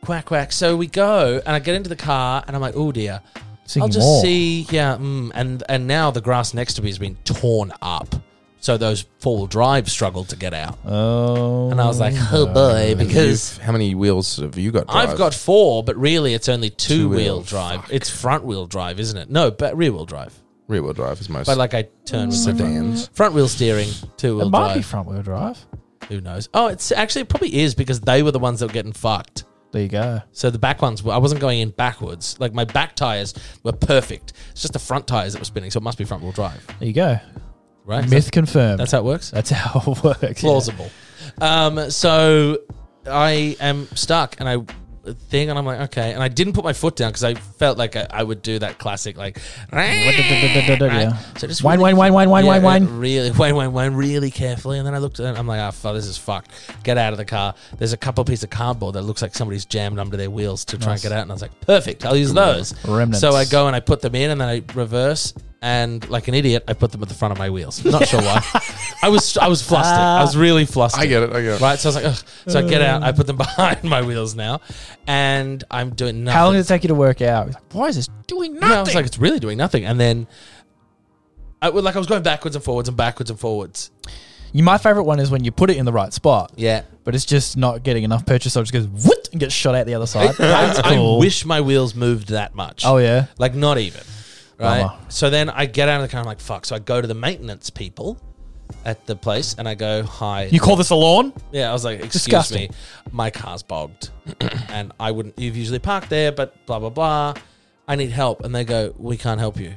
Speaker 1: quack quack. So we go, and I get into the car, and I'm like, oh dear.
Speaker 2: Singing
Speaker 1: I'll just
Speaker 2: more.
Speaker 1: see, yeah, mm, and and now the grass next to me has been torn up, so those four wheel drives struggled to get out,
Speaker 2: Oh.
Speaker 1: and I was like, oh boy, because
Speaker 6: You've- how many wheels have you got?
Speaker 1: I've
Speaker 6: drive?
Speaker 1: got four, but really it's only two,
Speaker 6: Two-wheel,
Speaker 1: wheel drive. It's front wheel drive, isn't it? No, but rear wheel drive.
Speaker 6: rear wheel drive is most.
Speaker 1: But like I turn with my front,
Speaker 6: sedans.
Speaker 1: front wheel steering, two
Speaker 2: It
Speaker 1: wheel
Speaker 2: might be
Speaker 1: drive.
Speaker 2: front wheel drive.
Speaker 1: Who knows? Oh, it's actually it probably is because they were the ones that were getting fucked.
Speaker 2: There you go.
Speaker 1: So the back ones, were, I wasn't going in backwards. Like my back tires were perfect. It's just the front tires that were spinning, so it must be front wheel drive,
Speaker 2: There you go.
Speaker 1: right?
Speaker 2: Myth confirmed.
Speaker 1: That's how it works.
Speaker 2: That's how it works. yeah. *laughs*
Speaker 1: plausible. Um, so I am stuck, and I thing, and I'm like, okay, and I didn't put my foot down because I felt like I, I would do that classic, like, right?
Speaker 2: Yeah.
Speaker 1: so just
Speaker 2: Wine, wine, wine, wine, wine, wine,
Speaker 1: yeah,
Speaker 2: wine.
Speaker 1: really, *laughs* wine, wine, wine, really carefully, and then I looked, and I'm like, ah, fuck, this is fucked. Get out of the car. There's a couple piece of cardboard that looks like somebody's jammed under their wheels to try
Speaker 2: Nice.
Speaker 1: and get out, and I was like, perfect, I'll use those.
Speaker 2: Remnants.
Speaker 1: So I go and I put them in, and then I reverse. And like an idiot, I put them at the front of my wheels. Not sure
Speaker 2: *laughs*
Speaker 1: why. I was I was flustered. I was
Speaker 2: Ah.
Speaker 1: really flustered.
Speaker 6: I get it. I get it.
Speaker 1: Right, so I was like, Ugh. so I get out, I put them *laughs* behind my wheels now, and I'm doing nothing.
Speaker 2: How long did it take you to work out? He's like, Why is this doing
Speaker 1: No, I was like, it's really doing nothing. And then, I would like, I was going backwards and forwards and backwards and forwards.
Speaker 2: You, my favorite one is when you put it in the right spot,
Speaker 1: Yeah,
Speaker 2: but it's just not getting enough purchase, so it just goes whoot and gets shot out the other side.
Speaker 1: *laughs*
Speaker 2: That's
Speaker 1: I,
Speaker 2: cool.
Speaker 1: I wish my wheels moved that much.
Speaker 2: Oh yeah,
Speaker 1: like not even. Right.
Speaker 2: Bummer.
Speaker 1: So then I get out of the car. I'm like, fuck. So I go to the maintenance people at the place, and I go, hi.
Speaker 2: you call this a lawn?
Speaker 1: Yeah, I was like, excuse
Speaker 2: Disgusting.
Speaker 1: me, my car's bogged, *clears throat* and I wouldn't. You've usually parked there, but blah blah blah. I need help, and they go, we can't help you.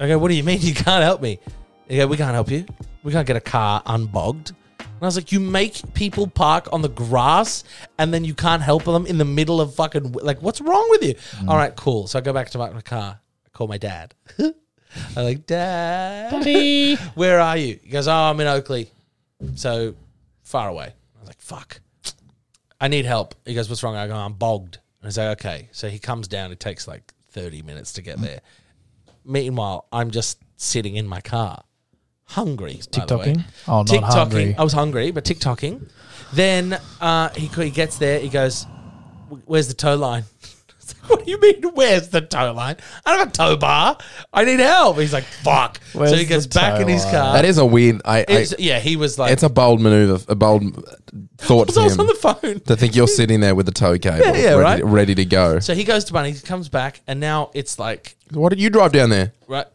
Speaker 1: I go, what do you mean you can't help me? They go, we can't help you. We can't get a car unbogged. And I was like, you make people park on the grass, and then you can't help them in the middle of fucking like, what's wrong with you? All right, cool. So I go back to my, my car. I call my dad. *laughs* I'm like, Dad, where are you? He goes, Oh, I'm in Oakley. So far away. I was like, Fuck. I need help. He goes, What's wrong? I go, I'm bogged. And he's like, Okay. So he comes down. It takes like 30 minutes to get
Speaker 2: Hmm.
Speaker 1: there. Meanwhile, I'm just sitting in my car, hungry. by the way.
Speaker 2: TikToking? Oh, not
Speaker 1: TikToking.
Speaker 2: hungry.
Speaker 1: I was hungry, but TikToking. Then uh, he, he gets there. He goes, where's the tow line? *laughs* It's like, what do you mean, where's the tow line? I don't have a tow bar. I need help. He's like, fuck. so he
Speaker 2: Where's
Speaker 1: gets
Speaker 2: the
Speaker 1: back in
Speaker 2: tow
Speaker 1: his car.
Speaker 6: That is a weird. I. I
Speaker 1: It's- yeah, he was like,
Speaker 6: it's a bold maneuver. A bold thought
Speaker 1: because I
Speaker 6: for
Speaker 1: was
Speaker 6: him
Speaker 1: on the phone.
Speaker 6: to think you're sitting there with a tow cable,
Speaker 1: Yeah, yeah,
Speaker 6: ready,
Speaker 1: right?
Speaker 6: ready to go.
Speaker 1: So he goes to Bunny, he comes back, and now it's like,
Speaker 6: Why did you drive down there?
Speaker 1: right?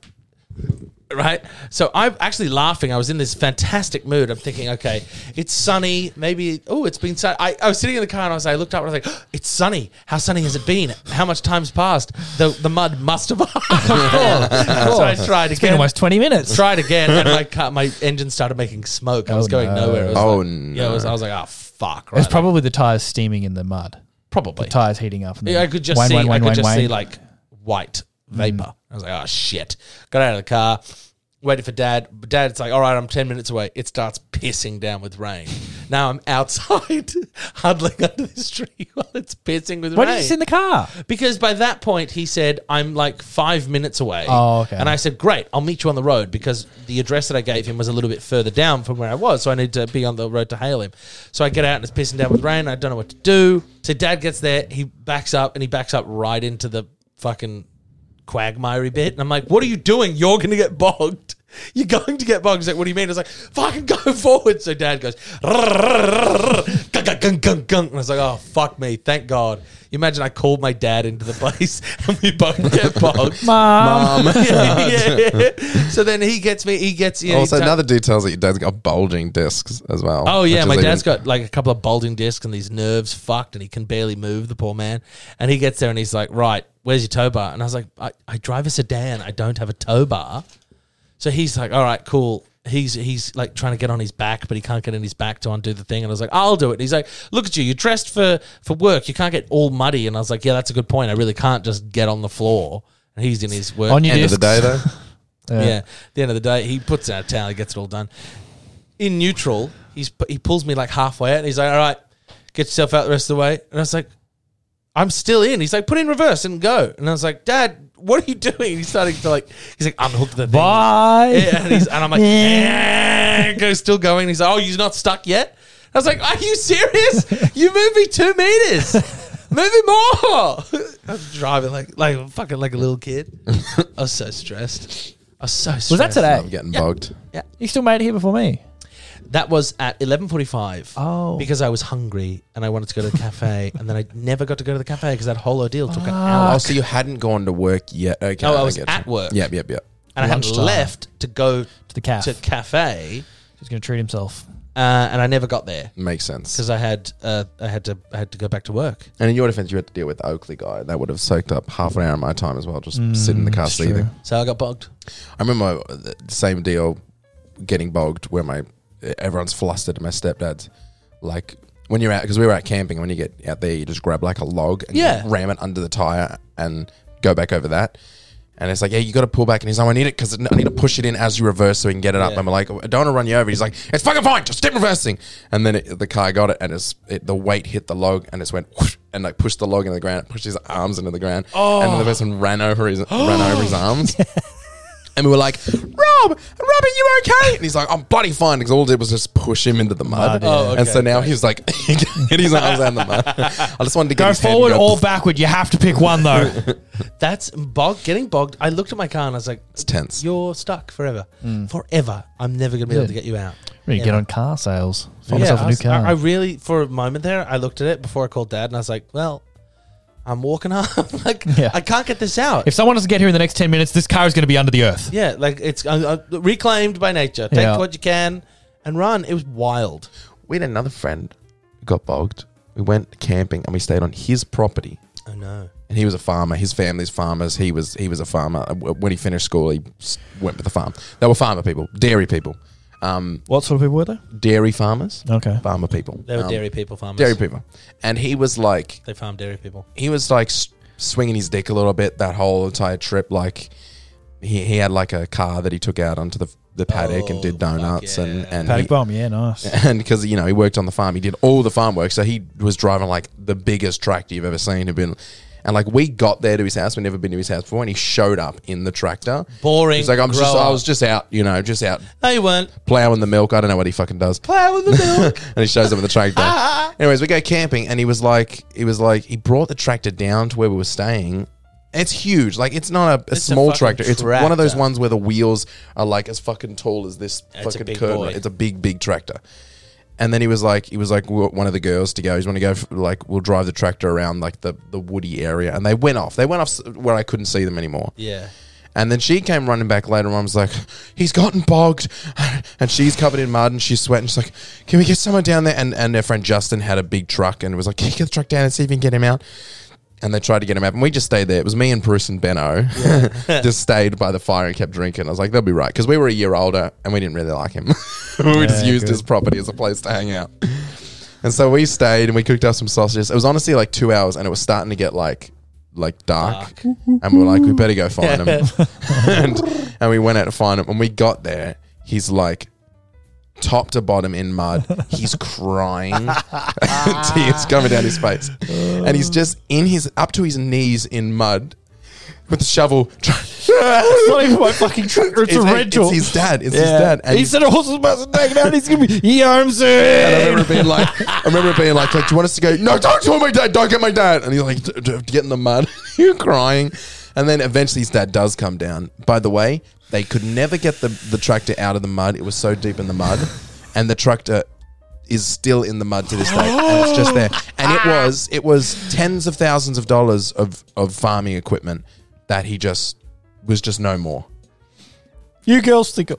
Speaker 1: Right. So I'm actually laughing. I was in this fantastic mood. I'm thinking, okay, it's sunny. Maybe, oh, it's been sunny. I, I was sitting in the car and I was, I looked up and I was like, *gasps* it's sunny. How sunny has it been? How much time's passed? The, the mud must have. *laughs* so I tried
Speaker 2: Been
Speaker 1: again.
Speaker 2: almost twenty minutes.
Speaker 1: Tried again, and my car, my engine started making smoke. I was going
Speaker 2: no.
Speaker 1: nowhere. It was
Speaker 6: Oh,
Speaker 1: like- Yeah, it was, I was like, oh, fuck. Right.
Speaker 2: It's probably the tires steaming in the mud.
Speaker 1: probably.
Speaker 2: Tires heating up. and
Speaker 1: Yeah,
Speaker 2: then
Speaker 1: I could just
Speaker 2: wane,
Speaker 1: see,
Speaker 2: wane,
Speaker 1: I could
Speaker 2: wane,
Speaker 1: just
Speaker 2: wane.
Speaker 1: see like white vapor.
Speaker 2: Mm.
Speaker 1: I was like, oh shit! Got out of the car, waited for dad. But Dad's like, all right, I'm ten minutes away. It starts pissing down with rain. Now I'm outside, *laughs* huddling under this tree while it's pissing with
Speaker 2: Why
Speaker 1: rain.
Speaker 2: did you sit in the car?
Speaker 1: Because by that point, he said, I'm like five minutes away.
Speaker 2: Oh, okay.
Speaker 1: And I said, Great, I'll meet you on the road because the address that I gave him was a little bit further down from where I was. So I need to be on the road to hail him. So I get out and it's pissing down with rain. I don't know what to do. So dad gets there, he backs up and he backs up right into the fucking quagmirey bit. And I'm like, What are you doing? You're going to get bogged. You're going to get bogged. He's like, what do you mean? I was like, fucking go forward. So dad goes, gung, gung, gung, gung, gung. and I was like, oh, fuck me. Thank God. You imagine I called my dad into the place and we both get bogged.
Speaker 2: Mom.
Speaker 1: yeah, yeah, yeah. So then he gets me, he gets, you know,
Speaker 6: also,
Speaker 1: he's like-
Speaker 6: Oh, another detail is that your dad's got bulging discs as well.
Speaker 1: Oh yeah,
Speaker 6: which
Speaker 1: my
Speaker 6: is
Speaker 1: dad's
Speaker 6: even-
Speaker 1: got like a couple of bulging discs and these nerves fucked, and he can barely move. The poor man. And he gets there and he's like, "Right, where's your tow bar?" And I was like, "I, I drive a sedan. I don't have a tow bar." So he's like, "All right, cool." he's he's like trying to get on his back, but he can't get on his back to undo the thing. And I was like, I'll do it. And he's like, Look at you, you're dressed for for work. You can't get all muddy. And I was like, Yeah, that's a good point. I really can't just get on the floor. And he's in his work.
Speaker 2: On your
Speaker 6: End of
Speaker 2: discs.
Speaker 6: the day, though.
Speaker 2: Yeah.
Speaker 1: yeah. At the end of the day, he puts it out of town. He gets it all done. In neutral, he's he pulls me like halfway out, and he's like, "All right, get yourself out the rest of the way." And I was like, "I'm still in." He's like, "Put it in reverse and go." And I was like, "Dad, what are you *laughs* doing?" He's starting to like, he's like, "Unhook the thing."
Speaker 2: Bye.
Speaker 1: Yeah, *laughs* and, he's, and I'm like, "Eh," goes still going. And he's like, oh, you're not stuck yet. I was like, are you serious? You moved me two meters. Move him more. *laughs* I was driving like like fucking like a little kid. I was so stressed. I was so stressed.
Speaker 2: Was that
Speaker 6: I'm
Speaker 2: today?
Speaker 6: getting bogged.
Speaker 2: You still made it here before me.
Speaker 1: That was at 11:45.
Speaker 2: Oh.
Speaker 1: Because I was hungry and I wanted to go to
Speaker 2: *laughs*
Speaker 1: the cafe and then I never got to go to the cafe because that whole ordeal took an
Speaker 2: Ah.
Speaker 1: hour.
Speaker 6: Oh, so you hadn't gone to work yet? Okay.
Speaker 1: No, I
Speaker 6: I
Speaker 1: was
Speaker 6: get
Speaker 1: at
Speaker 6: you.
Speaker 1: work.
Speaker 6: Yep, yep, yep.
Speaker 1: and I hadn't
Speaker 2: Lunchtime.
Speaker 1: left to go
Speaker 2: To the calf.
Speaker 1: to cafe
Speaker 2: He's going to treat himself.
Speaker 1: uh, and I never got there
Speaker 6: Makes sense.
Speaker 1: because I had uh, I had to I had to go back to work.
Speaker 6: And in your defense, you had to deal with the Oakley guy. That would have soaked up half an hour of my time as well, just sitting in
Speaker 1: Mm,
Speaker 6: the car
Speaker 2: it's Mm, true.
Speaker 6: seething.
Speaker 1: So I got bogged.
Speaker 6: I remember the same deal getting bogged where my everyone's flustered and my stepdad's like when you're out because we were out camping when you get out there you just grab like a log and you
Speaker 1: Yeah.
Speaker 6: ram it under the tire and go back over that and it's like yeah you got to pull back and he's like I need it because I need to push it in as you reverse so we can get it up
Speaker 1: Yeah.
Speaker 6: and we're like I don't want to run you over he's like it's fucking fine just keep reversing and then it, the car got it and it's it, the weight hit the log and it's went whoosh, and like pushed the log into the ground pushed his arms into the ground
Speaker 1: Oh.
Speaker 6: and then the person ran over his *gasps* ran over his arms and we were like, Rob, Rob, are you okay? And he's like, I'm bloody fine. Because all I did was just push him into the mud.
Speaker 2: Oh,
Speaker 1: yeah.
Speaker 6: And so
Speaker 1: okay,
Speaker 6: now he's like, *laughs* get his arms out in the mud. I just wanted to get
Speaker 2: Go
Speaker 6: his head
Speaker 2: forward
Speaker 6: and go,
Speaker 2: or backward. You have to pick one,
Speaker 6: *laughs*
Speaker 2: though.
Speaker 1: That's bogged. Getting bogged. I looked at my car and I was like,
Speaker 6: It's tense.
Speaker 1: "You're stuck forever,
Speaker 2: Mm.
Speaker 1: forever. I'm never going to be able to get you out."
Speaker 2: Really get
Speaker 1: Yeah.
Speaker 2: on car sales. Find yourself
Speaker 1: I,
Speaker 2: a new
Speaker 1: was-
Speaker 2: car.
Speaker 1: I- I really, for a moment there, I looked at it before I called Dad and I was like, "Well, I'm walking *laughs* up. like,
Speaker 2: Yeah.
Speaker 1: I can't get this out."
Speaker 2: if someone doesn't get here in the next 10 minutes, this car is going to be under the earth.
Speaker 1: yeah, like it's uh, uh, reclaimed by nature. Take
Speaker 2: Yeah.
Speaker 1: what you can and run. It was wild.
Speaker 6: We had another friend who got bogged. We went camping and we stayed on his property.
Speaker 1: I know.
Speaker 6: And he was a farmer. His family's farmers. He was he was a farmer. Uh, w- When he finished school, he s- went to the farm. They were farmer people, dairy people, um,
Speaker 2: What sort of people were they?
Speaker 6: dairy farmers,
Speaker 2: Okay.
Speaker 6: farmer people.
Speaker 1: They were
Speaker 6: Um,
Speaker 1: dairy people farmers.
Speaker 6: dairy people. And he was like
Speaker 1: They farm dairy people.
Speaker 6: he was like s- swinging his dick a little bit that whole entire trip. Like he, he had like a car that he took out onto the the paddock and
Speaker 1: Oh,
Speaker 6: did
Speaker 1: fuck
Speaker 6: donuts and
Speaker 1: yeah.
Speaker 6: and
Speaker 2: Paddock
Speaker 6: he- *laughs*
Speaker 2: bomb. Yeah, nice.
Speaker 6: and because you know he worked on the farm, he did all the farm work. So he was driving like the biggest tractor you've ever seen. Had been, and like we got there to his house. We'd never been to his house before, and he showed up in the tractor.
Speaker 1: Boring.
Speaker 6: He's like, I'm just,
Speaker 1: grower.
Speaker 6: I was just out, you know, just out
Speaker 1: No, you weren't.
Speaker 6: plowing the milk. I don't know what he fucking does.
Speaker 1: Plowing the milk.
Speaker 6: *laughs*
Speaker 1: Ah,
Speaker 6: and he shows up with the tractor. Anyways, we go camping, and he was like, he was like, he brought the tractor down to where we were staying. It's huge, like it's not a, a
Speaker 1: a
Speaker 6: small
Speaker 1: fucking
Speaker 6: tractor. It's one of those
Speaker 1: tractor.
Speaker 6: ones where the wheels are like as fucking tall as this
Speaker 1: It's a
Speaker 6: fucking
Speaker 1: big
Speaker 6: curtain.
Speaker 1: boy.
Speaker 6: It's a big, big tractor. And then he was like, he was like w- one of the girls to go. He's want to go f- like we'll drive the tractor around like the the woody area, and they went off. They went off s- where I couldn't see them anymore.
Speaker 1: yeah.
Speaker 6: And then she came running back later on and was like, he's gotten bogged. *laughs* And she's covered in mud and she's sweating. She's like, can we get someone down there? And, and her friend Justin had a big truck and was like, can you get the truck down and see if you can get him out? And they tried to get him out. And we just stayed there. It was me and Bruce and Benno *laughs* just stayed by the fire and kept drinking. I was like, they'll be right. Because we were a year older and we didn't really like him. *laughs* we just used his property as a place to hang out. And so we stayed and we cooked up some sausages. It was honestly like two hours and it was starting to get like like dark. And we were like, we better go find him. and, *laughs* and we went out to find him. And we got there. He's like top to bottom in mud. He's crying. *laughs* Tears coming down his face. And he's just in his up to his knees in mud with the shovel. *laughs*
Speaker 2: It's not even my fucking tractor. It's, a rental.
Speaker 6: It's his dad. It's his dad. And
Speaker 2: he said a horse was about *laughs* to take it out. He's going to be, yeah, I'm
Speaker 6: And I
Speaker 2: sorry.
Speaker 6: remember it being like, I remember it being like, like, do you want us to go? No, don't tell my dad. Don't get my dad. And he's like, "D- d- get in the mud. *laughs* You're crying. And then eventually his dad does come down. By the way, they could never get the, the tractor out of the mud. It was so deep in the mud. And the tractor is still in the mud to this day. and it's just there. And it was, it was tens of thousands of dollars of, of farming equipment that he just was just no more. *laughs*
Speaker 2: You girls think,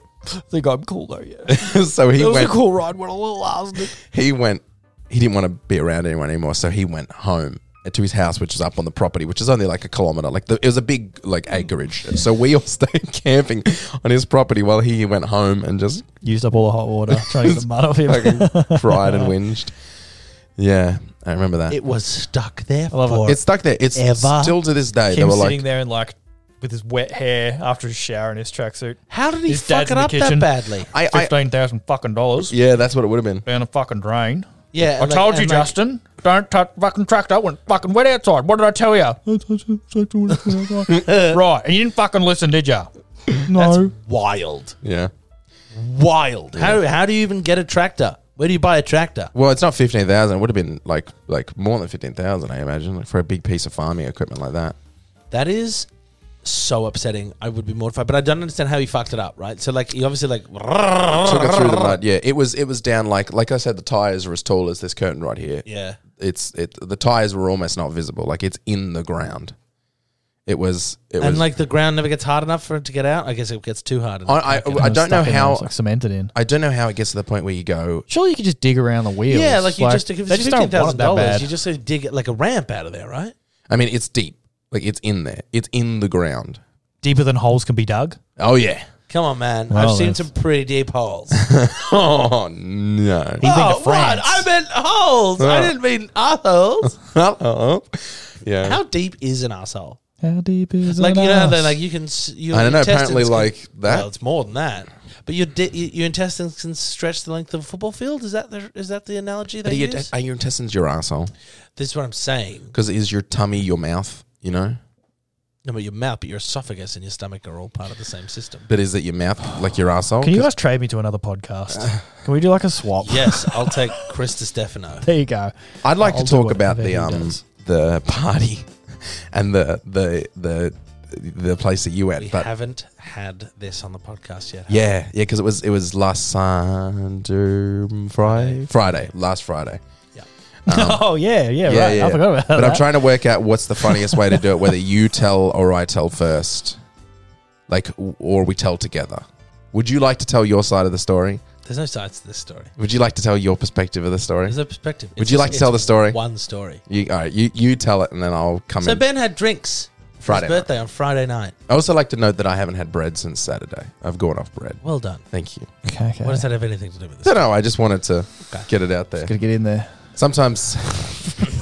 Speaker 2: think I'm cool, though, yeah.
Speaker 6: so he
Speaker 2: It was
Speaker 6: went
Speaker 2: a cool ride. What a little ass.
Speaker 6: he went he didn't want to be around anyone anymore so he went home to his house, which is up on the property, which is only like a kilometer. Like the, it was a big like acreage. So we all *laughs* stayed camping on his property while he went home
Speaker 2: *laughs*
Speaker 6: and just
Speaker 2: Used up all the hot water trying to get the mud off
Speaker 1: *laughs*
Speaker 2: him.
Speaker 6: fucking cried and whinged. Yeah, I remember that.
Speaker 1: It was stuck there
Speaker 2: love it.
Speaker 1: for
Speaker 6: it's stuck there. It's
Speaker 1: Ever.
Speaker 6: still to this day. they
Speaker 2: Him
Speaker 6: were
Speaker 2: sitting
Speaker 6: like,
Speaker 2: there and like with his wet hair after his shower in his tracksuit.
Speaker 1: How did he
Speaker 2: His
Speaker 1: fuck
Speaker 2: dad's
Speaker 1: it
Speaker 2: in the
Speaker 1: up that
Speaker 2: kitchen.
Speaker 1: badly?
Speaker 6: I, I,
Speaker 2: Fifteen thousand fucking dollars
Speaker 6: yeah, that's what it would have been.
Speaker 2: down a fucking drain.
Speaker 1: Yeah,
Speaker 2: I
Speaker 1: and like-
Speaker 2: told you,
Speaker 1: and like-
Speaker 2: Justin, don't touch fucking tractor when it's fucking wet outside. What did I tell you?
Speaker 1: *laughs*
Speaker 2: *laughs* right, and you didn't fucking listen, did you? No.
Speaker 1: Wild,
Speaker 6: Yeah.
Speaker 1: wild. How how do you even get a tractor? Where do you buy a tractor?
Speaker 6: Well, it's not fifteen thousand. It would have been like like more than fifteen thousand. I imagine like, for a big piece of farming equipment like that.
Speaker 1: That is so upsetting. I would be mortified, but I don't understand how he fucked it up. Right? So like, he obviously like
Speaker 6: Took it
Speaker 1: *laughs*
Speaker 6: through the mud. Yeah, it was it was down like like I said. The tires are as tall as this curtain right here.
Speaker 1: yeah.
Speaker 6: It's it the tires were almost not visible. Like it's in the ground. It was it
Speaker 1: And
Speaker 6: was
Speaker 1: like the ground never gets hard enough for it to get out. I guess it gets too hard.
Speaker 6: I I, I don't know how
Speaker 2: cemented in.
Speaker 6: I don't know how it gets to the point where you go.
Speaker 2: Surely you could just dig around the wheels.
Speaker 1: yeah, like you just if
Speaker 2: they
Speaker 1: it's
Speaker 2: just don't
Speaker 1: fifteen
Speaker 2: want it
Speaker 1: thousand
Speaker 2: that
Speaker 1: dollars,
Speaker 2: bad.
Speaker 1: you just like, dig like a ramp out of there, right?
Speaker 6: I mean, it's deep. Like it's in there. It's in the ground.
Speaker 2: deeper than holes can be dug.
Speaker 6: Oh yeah. *laughs*
Speaker 1: Come on, man.
Speaker 2: Well,
Speaker 1: I've seen
Speaker 2: that's-
Speaker 1: some pretty deep
Speaker 2: *laughs*
Speaker 1: holes.
Speaker 6: Oh no. *laughs*
Speaker 2: think
Speaker 1: oh,
Speaker 2: of
Speaker 1: what?
Speaker 2: France.
Speaker 1: I meant holes. I didn't mean assholes.
Speaker 6: Hello. Yeah.
Speaker 1: How deep is an asshole?
Speaker 2: How deep is
Speaker 1: Like you know, they're like you can. s- Your
Speaker 6: I don't know.
Speaker 1: intestines
Speaker 6: Apparently,
Speaker 1: can-
Speaker 6: like that.
Speaker 1: Well, it's more than that. But your di- y- your intestines can stretch the length of a football field. Is that the, is that the analogy they
Speaker 6: are, your,
Speaker 1: use?
Speaker 6: are your intestines your asshole?
Speaker 1: this is what I'm saying.
Speaker 6: Because is your tummy your mouth? You know.
Speaker 1: No, but your mouth, but your esophagus and your stomach are all part of the
Speaker 2: *laughs*
Speaker 1: same system.
Speaker 6: But is it your mouth like your asshole?
Speaker 2: Can you guys trade me to another podcast? Can we do like a swap?
Speaker 1: Yes, I'll take Chris Stefano.
Speaker 2: *laughs* There you go.
Speaker 6: I'd like
Speaker 2: I'll
Speaker 6: to
Speaker 2: do
Speaker 6: talk
Speaker 2: whatever
Speaker 6: about the
Speaker 2: he
Speaker 6: um
Speaker 2: does.
Speaker 6: the party *laughs* and the the the the place that you went,
Speaker 1: We
Speaker 6: but.
Speaker 1: haven't had this on the podcast yet. have we?
Speaker 6: yeah, yeah, because it was it was last Sunday, Friday, Friday, last Friday.
Speaker 2: *laughs* oh yeah, yeah,
Speaker 6: Um, yeah,
Speaker 2: right.
Speaker 6: yeah.
Speaker 2: I forgot about
Speaker 6: but
Speaker 2: that.
Speaker 6: I'm trying to work out what's the funniest way to do it, whether you tell or I tell first, like, w- or we tell together. Would you like to tell your side of the story?
Speaker 1: There's no sides to this story.
Speaker 6: Would you like to tell your perspective of the story?
Speaker 1: There's no perspective.
Speaker 6: Would
Speaker 1: It's
Speaker 6: you like to
Speaker 1: it's
Speaker 6: tell the story?
Speaker 1: One story.
Speaker 6: You, all right, you, you tell it, and then I'll come
Speaker 1: So
Speaker 6: in.
Speaker 1: Ben had drinks. for
Speaker 6: Friday
Speaker 1: His birthday on Friday night.
Speaker 6: I also like to note that I haven't had bread since Saturday. I've gone off bread.
Speaker 1: Well done.
Speaker 6: Thank you.
Speaker 2: okay, okay.
Speaker 1: What does that have anything to do with
Speaker 6: I
Speaker 1: this?
Speaker 6: don't know. I just wanted to get it out there.
Speaker 2: Gotta get in there.
Speaker 1: *laughs*
Speaker 6: Sometimes,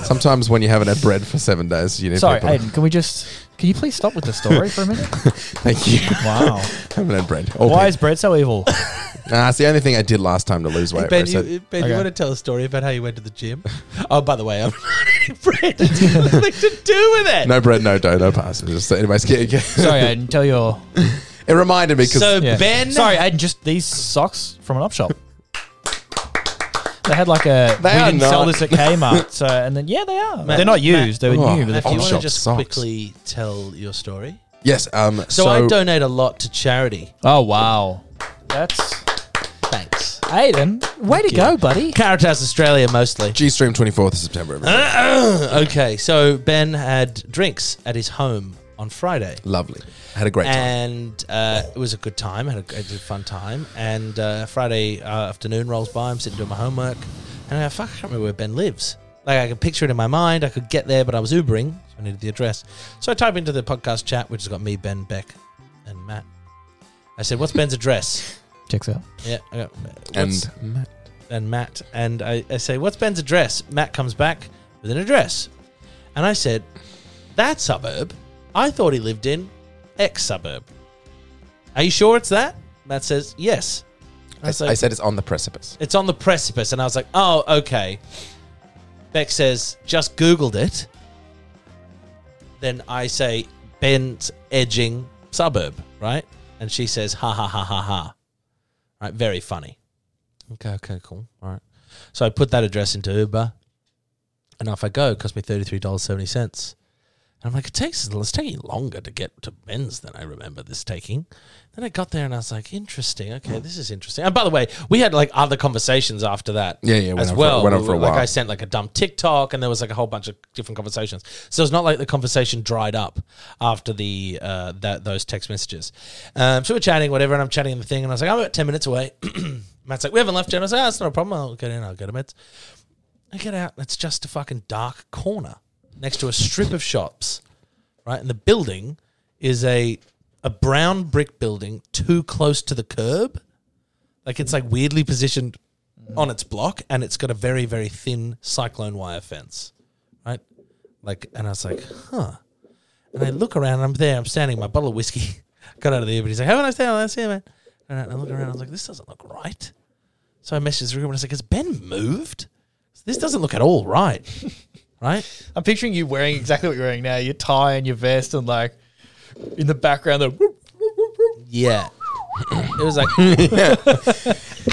Speaker 6: sometimes when you haven't had bread for seven days, you need
Speaker 2: Sorry,
Speaker 6: people.
Speaker 2: Aiden. Can we just? Can you please stop with the story for a minute?
Speaker 6: Thank you. *laughs*
Speaker 2: Wow.
Speaker 6: haven't had bread.
Speaker 2: Why is bread so evil?
Speaker 6: Nah, it's the only thing I did last time to lose weight.
Speaker 1: ben,
Speaker 6: bro, so-
Speaker 1: you, ben
Speaker 2: Okay.
Speaker 1: you want to tell a story about how you went to the
Speaker 6: *laughs*
Speaker 1: gym? oh, by the way, I'm not eating bread. Nothing to do with it.
Speaker 6: no bread, no dough, no pasta. Just anyways, get, get-
Speaker 2: Sorry, Aiden. Tell your.
Speaker 6: *laughs* it reminded me because
Speaker 1: So
Speaker 2: Yeah.
Speaker 1: Ben,
Speaker 2: Sorry, Aiden. Just these socks from an up *laughs* shop. They had like a.
Speaker 6: They
Speaker 2: we
Speaker 6: are
Speaker 2: didn't sell
Speaker 6: not.
Speaker 2: this at Kmart, so and then yeah, they are.
Speaker 1: Matt-
Speaker 2: They're not
Speaker 1: Matt-
Speaker 2: used. They were
Speaker 6: Oh,
Speaker 2: new, but
Speaker 1: Matt,
Speaker 2: they're
Speaker 1: do you
Speaker 6: Op
Speaker 1: want
Speaker 6: shop
Speaker 1: to just
Speaker 6: socks.
Speaker 1: quickly tell your story?
Speaker 6: yes, um, so,
Speaker 1: So, I donate a lot to charity.
Speaker 2: Oh wow, that's
Speaker 1: Thanks.
Speaker 2: Aiden. Way to go, buddy.
Speaker 1: Caritas Australia mostly.
Speaker 6: G Stream twenty fourth of September.
Speaker 1: *coughs*
Speaker 6: everybody.
Speaker 1: okay, so Ben had drinks at his home on Friday.
Speaker 6: Lovely. Had a great time.
Speaker 1: and uh, it was a good time. Had a, had a fun time. And uh, Friday uh, afternoon rolls by. I'm sitting doing my homework, and I go, fuck, I can't remember where Ben lives. Like I could picture it in my mind. I could get there, but I was Ubering, so I needed the address. So I type into the podcast chat, which has got me, Ben, Beck, and Matt. I said, "What's Ben's address?" *laughs*
Speaker 2: Checks out.
Speaker 1: Yeah, I go, "What's-
Speaker 6: And
Speaker 1: and Matt, and I, I say, "What's Ben's address?" Matt comes back with an address, and I said, "That suburb. I thought he lived in X suburb. Are you sure it's that?" Matt says, "Yes." And I,
Speaker 6: I,
Speaker 1: was like,
Speaker 6: I said it's on the precipice.
Speaker 1: "It's on the precipice," and I was like, "Oh, okay." Beck says, "Just googled it." Then I say, "Ben's edging suburb, right?" And she says, "Ha ha ha ha ha." Right, very funny. Okay, okay, cool. All right. So I put that address into Uber, and off I go. It cost me thirty three dollars seventy cents. And I'm like, it takes it's taking longer to get to Ben's than I remember this taking. Then I got there and I was like, interesting.
Speaker 6: Hmm.
Speaker 1: Okay, this is interesting. And by the way, we had like other conversations after that.
Speaker 6: Yeah, yeah, went
Speaker 1: as
Speaker 6: on for-
Speaker 1: well.
Speaker 6: went on
Speaker 1: We
Speaker 6: for a
Speaker 1: were- like
Speaker 6: while.
Speaker 1: I sent like a dumb TikTok, and there was like a whole bunch of different conversations. So it's not like the conversation dried up after the uh, that those text messages. Um, so we're chatting, whatever, and I'm chatting in the thing, and I was like, I'm about ten minutes away. *clears throat* Matt's like, we haven't left yet. I was like, "Ah, oh, it's not a problem. I'll get in. I'll go to Matt's. I get out. and It's just a fucking dark corner. next to a strip of shops, right? And the building is a a brown brick building too close to the curb. Like it's like weirdly positioned on its block and it's got a very, very thin cyclone wire fence. Right? Like and I was like, huh. And I look around and I'm there, I'm standing, my bottle of whiskey *laughs* got out of the Uber. He's like, Have a nice day, I'll see you, man. And I look around, I was like, This doesn't look right. So I messaged the room and I was like, Has Ben moved? This doesn't look at all right. *laughs* Right?
Speaker 2: I'm picturing you wearing exactly what you're wearing now. Your tie and your vest and like in the background the whoop, whoop, whoop, whoop.
Speaker 1: Yeah. It was like *laughs* yeah. *laughs*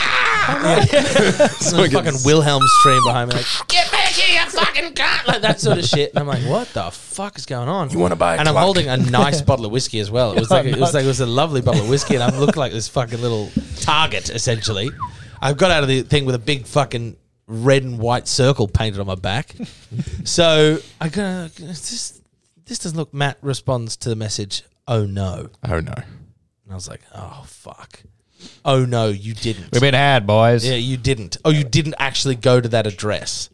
Speaker 1: fucking Wilhelm scream behind me, like "Get back here, you fucking cunt!" Like that sort of shit. And I'm like, "What the fuck is going on?" You
Speaker 6: wanna buy a
Speaker 1: And I'm
Speaker 6: clock?
Speaker 1: holding a
Speaker 6: *laughs*
Speaker 1: nice bottle of whiskey as well. It was like it was like it was a lovely bottle of whiskey, and I'm looking like this fucking little target essentially. I've got out of the thing with a big fucking red and white circle painted on my back. so I go, "This this doesn't look." Matt responds to the message, "Oh no."
Speaker 6: Oh no.
Speaker 1: And I was like, oh, fuck. Oh, no, you didn't.
Speaker 2: We've been had, boys.
Speaker 1: Yeah, you didn't. Oh, you didn't actually go to that address.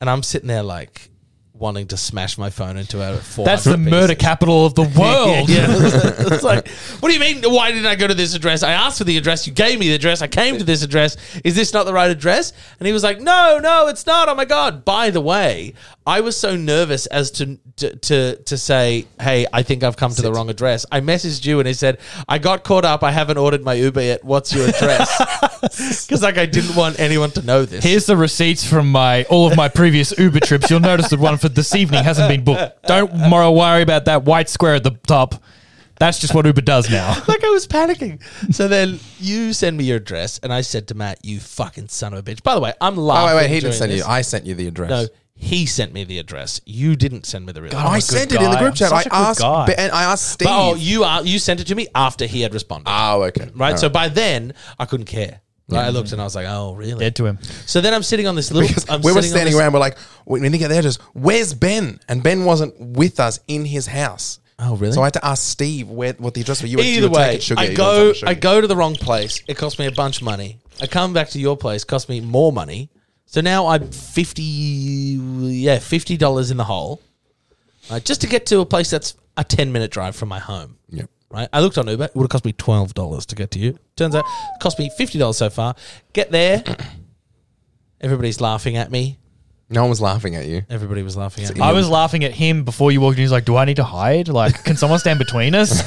Speaker 1: And I'm sitting there like wanting to smash my phone into her at four.
Speaker 2: That's the murder capital of the world.
Speaker 1: *laughs* Yeah, yeah. Oh. it's like, *laughs* what do you mean? Why didn't I go to this address? I asked for the address. You gave me the address. I came to this address. Is this not the right address? And he was like, No, no, it's not. Oh my god! By the way, I was so nervous as to to to, to say, Hey, I think I've come to the wrong address. I messaged you and he said, I got caught up. I haven't ordered my Uber yet. What's your *laughs* address? Because like I didn't want anyone to know this.
Speaker 2: Here's the receipts from my all of my previous Uber trips. You'll notice the one for this evening hasn't been booked. Don't mor- worry about that white square at the top. That's just what Uber does now.
Speaker 1: like I was panicking. So then you send me your address, and I said to Matt, "You fucking son of a bitch." By the way, I'm
Speaker 6: Oh
Speaker 1: laughing.
Speaker 6: wait, wait, he didn't
Speaker 1: during
Speaker 6: send
Speaker 1: this.
Speaker 6: you. I sent you the address.
Speaker 1: No, he sent me the address. You didn't send me the real. address.
Speaker 6: I
Speaker 2: good
Speaker 6: sent it in the
Speaker 2: guy.
Speaker 6: group
Speaker 2: I'm
Speaker 6: chat. I
Speaker 2: such a good
Speaker 6: asked,
Speaker 2: guy.
Speaker 6: Be- and I asked Steve.
Speaker 1: But, oh, you are you sent it to me after he had responded,
Speaker 6: Oh, okay.
Speaker 1: right?
Speaker 6: All
Speaker 1: So by then I couldn't care. Right? I looked and I was like, "Oh, really?"
Speaker 2: Dead to him.
Speaker 1: So then I'm sitting on this little.
Speaker 6: Because
Speaker 1: I'm
Speaker 6: we were
Speaker 1: sitting on
Speaker 6: standing
Speaker 1: this-
Speaker 6: around, we're like, we need to get there. Just where's Ben? And Ben wasn't with us in his house.
Speaker 1: Oh, really?
Speaker 6: So I had to ask Steve where what the address was. You were, you
Speaker 1: Either
Speaker 6: were
Speaker 1: way,
Speaker 6: taking sugar.
Speaker 1: I
Speaker 6: you
Speaker 1: go.
Speaker 6: were taking
Speaker 1: I
Speaker 6: sugar.
Speaker 1: go to the wrong place. It cost me a bunch of money. I come back to your place. Cost me more money. So now I'm fifty. Yeah, fifty dollars in the hole, right, just to get to a place that's a ten minute drive from my home.
Speaker 6: Yep.
Speaker 1: Right. I looked on Uber. It would have cost me twelve dollars to get to you. Turns out, it cost me fifty dollars so far. Get there. *clears throat* Everybody's laughing at me.
Speaker 6: No one was laughing at you.
Speaker 1: Everybody was laughing at me.
Speaker 2: I was laughing at him before you walked in. He's like, "Do I need to hide? Like, can someone stand between us?"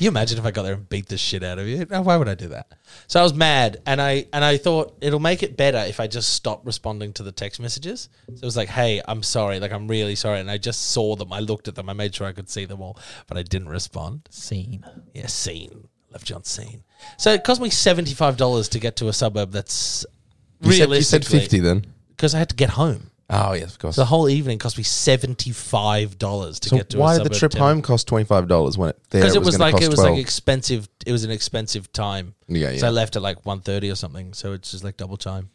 Speaker 1: you imagine if I got there and beat the shit out of you? No, Why would I do that? So I was mad, and I and I thought it'll make it better if I just stop responding to the text messages. So it was like, "Hey, I'm sorry. Like, I'm really sorry." And I just saw them. I looked at them. I made sure I could see them all, but I didn't respond.
Speaker 2: Scene.
Speaker 1: Yeah, scene. Love John scene. So it cost me seventy five dollars to get to a suburb that's
Speaker 6: You said, you said
Speaker 1: realistically-
Speaker 6: fifty then.
Speaker 1: because I had to get home.
Speaker 6: Oh yes, of course.
Speaker 1: The whole evening cost me seventy five dollars to
Speaker 6: so
Speaker 1: get to.
Speaker 6: why
Speaker 1: a
Speaker 6: did the
Speaker 1: suburb
Speaker 6: trip
Speaker 1: town.
Speaker 6: home cost twenty five dollars when it there
Speaker 1: because it
Speaker 6: was,
Speaker 1: was,
Speaker 6: going
Speaker 1: like
Speaker 6: to
Speaker 1: it
Speaker 6: cost
Speaker 1: was
Speaker 6: twelve?
Speaker 1: like expensive. It was an expensive time.
Speaker 6: Yeah, yeah.
Speaker 1: So I left at like 1.30 or something. So it's just like double time.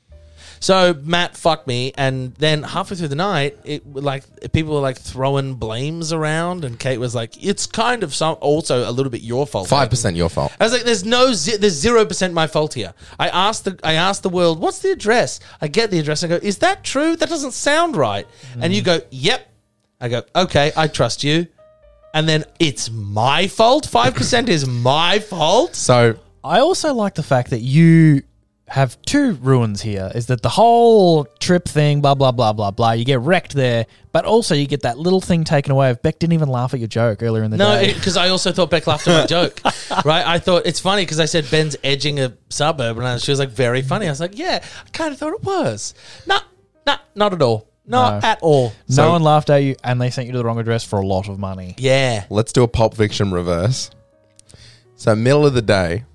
Speaker 1: So Matt fucked me, and then halfway through the night, it like people were like throwing blames around, and Kate was like, "It's kind of some also a little bit your fault."
Speaker 6: Five percent your fault.
Speaker 1: I was like, "There's no, zi- there's zero percent my fault here." I asked the, I asked the world, "What's the address?" I get the address, and I go, "Is that true? That doesn't sound right." And you go, "Yep." I go, "Okay, I trust you." And then it's my fault. Five percent is my fault.
Speaker 6: So
Speaker 2: I also like the fact that you have two ruins here is that the whole trip thing, blah, blah, blah, blah, blah. You get wrecked there, but also you get that little thing taken away of Beck didn't even laugh at your joke earlier in the
Speaker 1: No, *laughs*
Speaker 2: day.
Speaker 1: because I also thought Beck laughed at my
Speaker 2: *laughs*
Speaker 1: joke, right? I thought it's funny because I said Ben's edging a suburb, and I- she was like, "Very funny." I was like, "Yeah, I kind of thought it was." Not, not, not at all. Not
Speaker 2: No.
Speaker 1: at all.
Speaker 2: no one laughed at you, and they sent you to the wrong address for a lot of money.
Speaker 1: Yeah.
Speaker 6: let's do a Pulp Fiction reverse. So middle of the day,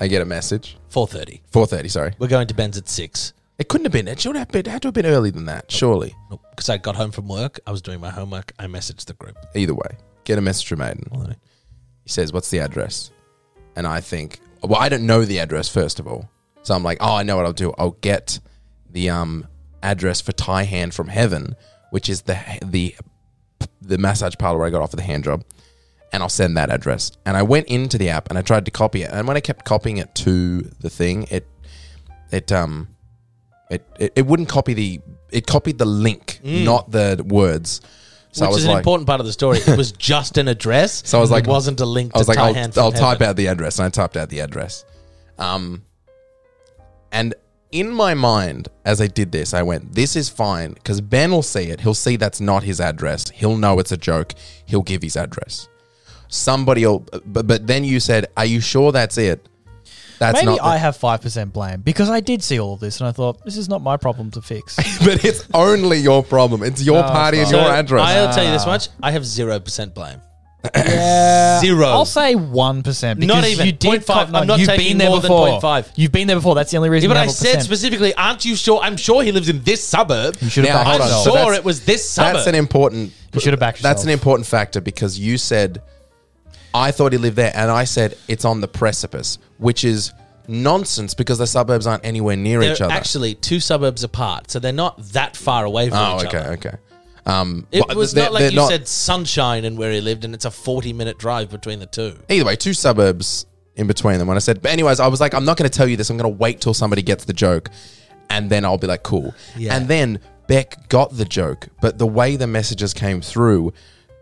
Speaker 6: I get a message.
Speaker 1: Four thirty.
Speaker 6: Four thirty, sorry.
Speaker 1: We're going to Ben's at six.
Speaker 6: It couldn't have been. It should have been. Had to have been earlier than that, surely.
Speaker 1: because I got home from work. I was doing my homework. I messaged the group.
Speaker 6: Either way, get a message from Aiden. He says, "What's the address?" And I think, well, I don't know the address first of all. So I'm like, "Oh, I know what I'll do. I'll get the um address for Thai Hand from Heaven, which is the the the massage parlor where I got off of the hand job, and I'll send that address." And I went into the app and I tried to copy it, and when I kept copying it to the thing, it it um It, it it wouldn't copy the it copied the link, not the words. So I
Speaker 1: Mm. Which
Speaker 6: was
Speaker 1: is an
Speaker 6: like,
Speaker 1: important part of the story. It was just an address.
Speaker 6: *laughs* So I was like,
Speaker 1: it wasn't a link.
Speaker 6: I was
Speaker 1: to
Speaker 6: like, I'll,
Speaker 1: Taihan from
Speaker 6: I'll type
Speaker 1: heaven.
Speaker 6: out the address, and I typed out the address. Um, and in my mind, as I did this, I went, "This is fine," because Ben will see it. He'll see that's not his address. He'll know it's a joke. He'll give his address. Somebody will. But, but then you said, "Are you sure that's it?" That's
Speaker 2: Maybe
Speaker 6: not. the-
Speaker 2: I have five percent blame because I did see all of this and I thought this is not my problem to
Speaker 1: *laughs*
Speaker 2: fix.
Speaker 6: *laughs* but it's only your problem. It's your party and
Speaker 1: So
Speaker 6: your address.
Speaker 1: I'll tell you this much: I have zero percent blame.
Speaker 6: Uh,
Speaker 1: Zero.
Speaker 2: Uh, I'll say one percent.
Speaker 1: Not even.
Speaker 2: You did
Speaker 1: 0.5.
Speaker 2: cop-
Speaker 1: I'm
Speaker 2: no,
Speaker 1: not
Speaker 2: you've been
Speaker 1: taking
Speaker 2: there
Speaker 1: more than
Speaker 2: before.
Speaker 1: 0.5.
Speaker 2: You've been there before. That's the only reason.
Speaker 1: Yeah, but
Speaker 2: you have
Speaker 1: I
Speaker 2: a
Speaker 1: said
Speaker 2: percent.
Speaker 1: specifically, aren't you sure? I'm sure he lives in this suburb.
Speaker 2: You should have
Speaker 6: Now,
Speaker 2: backed
Speaker 6: hold on.
Speaker 2: yourself.
Speaker 1: So
Speaker 6: that's-
Speaker 1: it was this
Speaker 6: That's
Speaker 1: suburb.
Speaker 6: an important.
Speaker 2: You should have backed
Speaker 6: That's an
Speaker 2: yourself.
Speaker 6: important factor because you said, I thought he lived there, and I said it's on the precipice, which is nonsense because the suburbs aren't anywhere near
Speaker 1: They're
Speaker 6: each other.
Speaker 1: actually two suburbs apart, so they're not that far away from
Speaker 6: oh,
Speaker 1: each
Speaker 6: okay,
Speaker 1: other.
Speaker 6: okay. Um,
Speaker 1: It
Speaker 6: but
Speaker 1: was
Speaker 6: they're-
Speaker 1: not like
Speaker 6: they're
Speaker 1: you said sunshine and where he lived, and it's a forty-minute drive between the two.
Speaker 6: Either way, two suburbs in between them. When I said, but anyways, I was like, I'm not going to tell you this. I'm going to wait till somebody gets the joke, and then I'll be like, cool.
Speaker 1: Yeah.
Speaker 6: And then Beck got the joke, but the way the messages came through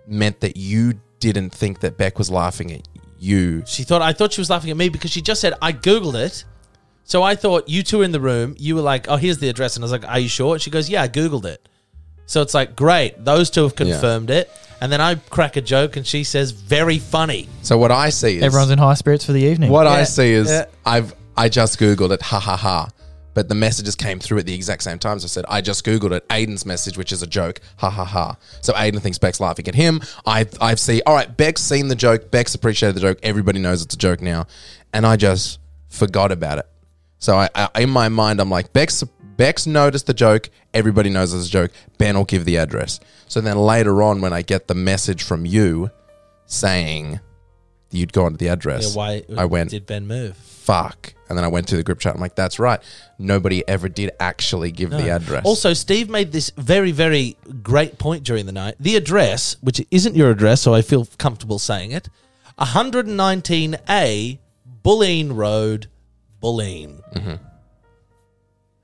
Speaker 6: meant that you didn't think that Beck was laughing at you.
Speaker 1: She thought I thought she was laughing at me because she just said I googled it. So I thought you two were in the room. You were like, "Oh, here's the address," and I was like, "Are you sure?" And she goes, "Yeah, I googled it." So it's like, great, those two have confirmed it. And then I crack a joke, and she says, "Very funny."
Speaker 6: So what I see is
Speaker 2: Everyone's in high spirits for the evening.
Speaker 6: What
Speaker 1: Yeah,
Speaker 6: I see is
Speaker 1: yeah.
Speaker 6: I've I just googled it, ha ha ha. But the messages came through at the exact same time. So I said, I just googled it. Aiden's message, which is a joke, ha ha ha. So Aiden thinks Beck's laughing at him. I I've seen all right. Beck's seen the joke. Beck's appreciated the joke. Everybody knows it's a joke now, and I just forgot about it. So I, I in my mind, I'm like Beck's Beck's noticed the joke. Everybody knows it's a joke. Ben will give the address. So then later on, when I get the message from you saying you'd gone to the
Speaker 1: Yeah,
Speaker 6: address,
Speaker 1: why?
Speaker 6: I went
Speaker 1: Did Ben move?
Speaker 6: fuck. And then I went to the group chat. I'm like, that's right. Nobody ever did actually give the address.
Speaker 1: Also, Steve made this very, very great point during the night. The address, which isn't your address, so I feel comfortable saying it 119A Bulleen Road, Bulleen.
Speaker 6: Mm-hmm.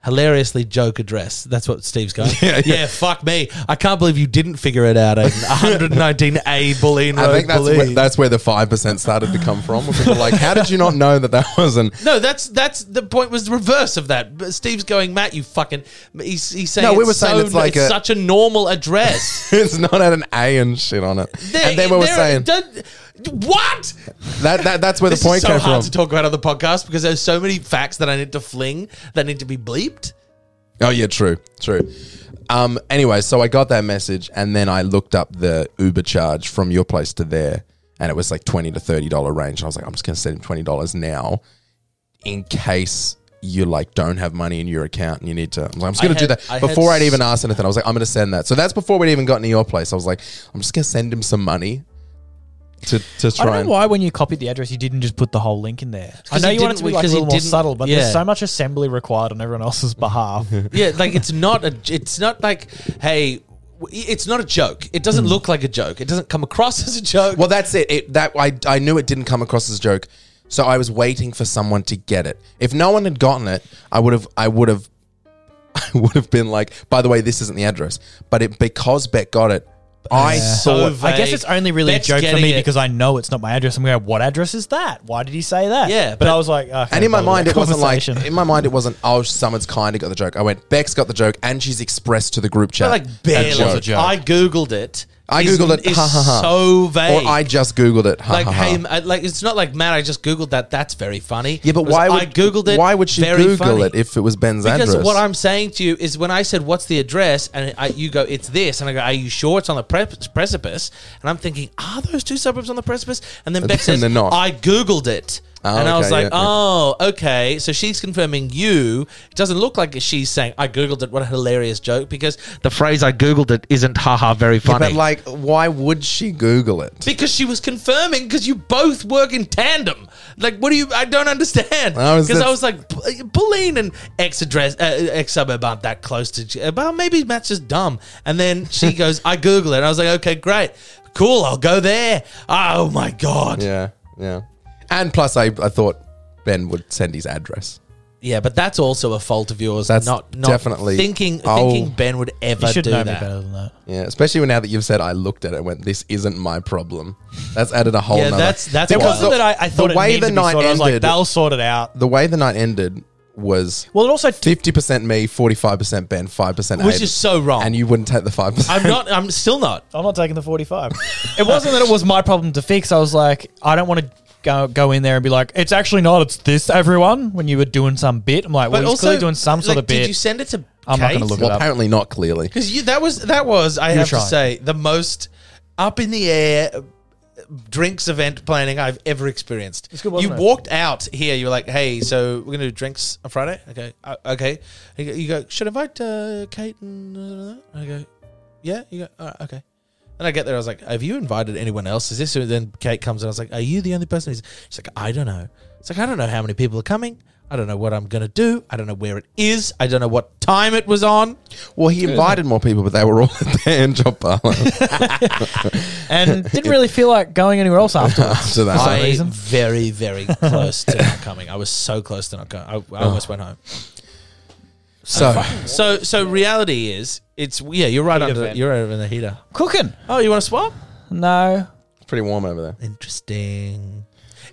Speaker 1: Hilariously joke address. That's what Steve's
Speaker 6: *laughs*
Speaker 1: going. yeah, fuck me. I can't believe you didn't figure it out.
Speaker 6: *laughs*
Speaker 1: Aiden. 119A Bulleen Road,
Speaker 6: I think that's where,
Speaker 1: Bulleen.
Speaker 6: that's where the five percent started to come from. Where people are like, how did you not know that that wasn't? *laughs*
Speaker 1: no, that's that's the point. Was the reverse of that. But Steve's going, Matt. You fucking. He's, he's saying.
Speaker 6: No, we
Speaker 1: it's
Speaker 6: were saying
Speaker 1: so-
Speaker 6: it's like a-
Speaker 1: such a normal
Speaker 6: *laughs*
Speaker 1: address.
Speaker 6: It's not had an A and shit on it. and then we were
Speaker 1: They're-
Speaker 6: saying
Speaker 1: don't- what?
Speaker 6: that, that that's where
Speaker 1: This
Speaker 6: the point
Speaker 1: is so
Speaker 6: came
Speaker 1: hard
Speaker 6: from.
Speaker 1: to talk about on the podcast because there's so many facts that I need to fling that need to be bleeped.
Speaker 6: Oh yeah, true, true. Um, anyway, so I got that message, and then I looked up the Uber charge from your place to there, and it was like twenty to thirty dollar range. And I was like, I'm just gonna send him twenty dollars now, in case you like don't have money in your account and you need to. I'm, like, I'm just
Speaker 1: I
Speaker 6: gonna do
Speaker 1: had-
Speaker 6: that
Speaker 1: I had
Speaker 6: before
Speaker 1: s-
Speaker 6: I'd even asked anything. I was like, I'm gonna send that. So that's before we'd even gotten to your place. I was like, I'm just gonna send him some money to to
Speaker 2: I
Speaker 6: try.
Speaker 2: don't
Speaker 6: and-
Speaker 2: know why when you copied the address you didn't just put the whole link in there. I
Speaker 1: 'cause
Speaker 2: know
Speaker 1: he
Speaker 2: you wanted
Speaker 1: didn't-
Speaker 2: to be like a
Speaker 1: because he
Speaker 2: little more
Speaker 1: didn't-
Speaker 2: subtle, but
Speaker 1: yeah.
Speaker 2: there's so much assembly required on everyone *laughs* else's behalf.
Speaker 1: Yeah, like it's not a. It's not like hey. w- It's not a joke. It
Speaker 6: Hmm.
Speaker 1: doesn't look like a joke. It doesn't come across *laughs* as a joke.
Speaker 6: Well, that's it. it that I, I knew it didn't come across as a joke, so I was waiting for someone to get it. If no one had gotten it, I would have I would have *laughs* I would have been like, by the way, this isn't the address. But it because Beck got it, I
Speaker 1: So
Speaker 6: thought.
Speaker 2: I guess it's only really
Speaker 1: Beck's
Speaker 2: a joke for
Speaker 1: getting
Speaker 2: me
Speaker 1: it.
Speaker 2: because I know it's not my address. I'm going, what address is that? Why did he say that?
Speaker 1: Yeah,
Speaker 2: but,
Speaker 1: but-
Speaker 2: I was like, okay,
Speaker 6: And in my
Speaker 2: bother
Speaker 6: mind,
Speaker 2: that
Speaker 6: it wasn't like
Speaker 2: conversation.
Speaker 6: in my mind it wasn't. Oh, someone's kind of got the joke. I went. Beck's got the joke, and she's expressed to the group chat.
Speaker 1: But, like barely.
Speaker 6: was a joke.
Speaker 1: I googled it.
Speaker 6: I
Speaker 1: is-
Speaker 6: googled it.
Speaker 1: is
Speaker 6: Ha, ha, ha.
Speaker 1: so vague.
Speaker 6: or I just googled it. Ha,
Speaker 1: like
Speaker 6: ha, ha.
Speaker 1: hey, I- like it's not like Matt. I just googled that. That's very funny.
Speaker 6: yeah, but
Speaker 1: It was,
Speaker 6: why would
Speaker 1: I googled it?
Speaker 6: Why would she
Speaker 1: very
Speaker 6: Google
Speaker 1: funny.
Speaker 6: it if it was Ben's
Speaker 1: Because
Speaker 6: address?
Speaker 1: what I'm saying to you is when I said, what's the address? And I, you go, it's this. And I go, are you sure it's on the pre- precipice? And I'm thinking, are those two suburbs on the precipice? And then Beck
Speaker 6: then
Speaker 1: says,
Speaker 6: *laughs* they're not.
Speaker 1: I Googled it.
Speaker 6: Oh,
Speaker 1: and I was
Speaker 6: okay,
Speaker 1: like,
Speaker 6: yeah, yeah.
Speaker 1: oh, okay. So she's confirming you. It doesn't look like she's saying, I Googled it. What a hilarious joke. Because the phrase I Googled it isn't haha very
Speaker 6: Yeah,
Speaker 1: funny.
Speaker 6: but like, why would she Google it?
Speaker 1: because she was confirming because you both work in tandem. Like, what do you? I don't understand.
Speaker 6: I was-
Speaker 1: Because I was
Speaker 6: that's-
Speaker 1: like, B- Pauline and ex address, uh, ex suburb aren't that close to. Well, maybe Matt's just dumb. And then
Speaker 6: *laughs*
Speaker 1: she goes, I Google it. And I was like, okay, great, cool, I'll go there. Oh my god.
Speaker 6: Yeah, yeah. And plus, I, I thought Ben would send his address.
Speaker 1: Yeah, but that's also a fault of yours.
Speaker 6: That's
Speaker 1: not, not
Speaker 6: definitely-
Speaker 1: thinking
Speaker 6: I'll-
Speaker 1: thinking Ben would ever
Speaker 2: You should
Speaker 1: do
Speaker 2: know me
Speaker 1: that.
Speaker 2: better than that.
Speaker 6: Yeah, especially when now that you've said I looked at it and went, this isn't my problem. That's added a whole
Speaker 1: Yeah,
Speaker 6: nother-
Speaker 1: that's that's
Speaker 6: There
Speaker 1: why.
Speaker 6: was
Speaker 5: Wasn't
Speaker 6: the-
Speaker 5: that I, I
Speaker 6: the
Speaker 5: thought it
Speaker 6: way
Speaker 5: needed
Speaker 6: the
Speaker 5: to be
Speaker 6: night
Speaker 5: sorted. I was like,
Speaker 6: ended-
Speaker 5: they'll sort it out.
Speaker 6: The way the night ended was
Speaker 5: Well, it also t-
Speaker 6: 50% me, 45% Ben, 5%
Speaker 1: Which
Speaker 6: Aiden.
Speaker 1: is so wrong.
Speaker 6: And you wouldn't take the 5%. *laughs*
Speaker 1: I'm not. I'm
Speaker 2: *laughs*
Speaker 1: still not.
Speaker 2: I'm not taking the 45. *laughs* it wasn't that it was my problem to fix. I was like, I don't want to go, go in there and be like, it's actually not. It's this, everyone. When you were doing some bit, I'm like, well,
Speaker 1: But
Speaker 2: he's
Speaker 1: also
Speaker 2: clearly doing some sort
Speaker 1: like,
Speaker 2: of bit.
Speaker 1: Did you send it to?
Speaker 2: I'm not gonna look it
Speaker 6: well,
Speaker 2: up.
Speaker 6: apparently
Speaker 5: *laughs*
Speaker 6: not clearly.
Speaker 1: because that was that was I
Speaker 2: You
Speaker 1: have to
Speaker 2: tried.
Speaker 1: say the most up in the air uh, drinks event planning I've ever experienced.
Speaker 2: good, wasn't
Speaker 1: you
Speaker 2: it?
Speaker 1: walked out here. You were like, "Hey, so we're gonna do drinks on Friday." Okay, uh, okay. You go- You go. Should I invite uh, Kate and uh, I go. Yeah. You go. All right, okay. And I get there, I was like, "Have you invited anyone else?" Is this? who-" Then Kate comes and I was like, "Are you the only person?" Who's? She's like, "I don't know." It's like I don't know how many people are coming. I don't know what I'm gonna do. I don't know where it is. I don't know what time it was on.
Speaker 6: Well, he invited more people, but they were all *laughs* at the hand job parlor
Speaker 5: *laughs*
Speaker 1: *laughs*
Speaker 2: and didn't really feel like going anywhere else afterwards.
Speaker 6: after that.
Speaker 1: I
Speaker 2: reason. *laughs*
Speaker 1: very, very close to not coming. I was so close to not going. I, I
Speaker 2: Oh.
Speaker 1: almost went home.
Speaker 6: so,
Speaker 1: So, so reality is, it's yeah. You're right under.
Speaker 5: vent.
Speaker 1: You're over in the heater.
Speaker 2: Cooking?
Speaker 1: Oh, you want to swap?
Speaker 2: No.
Speaker 6: it's pretty warm over there.
Speaker 1: Interesting.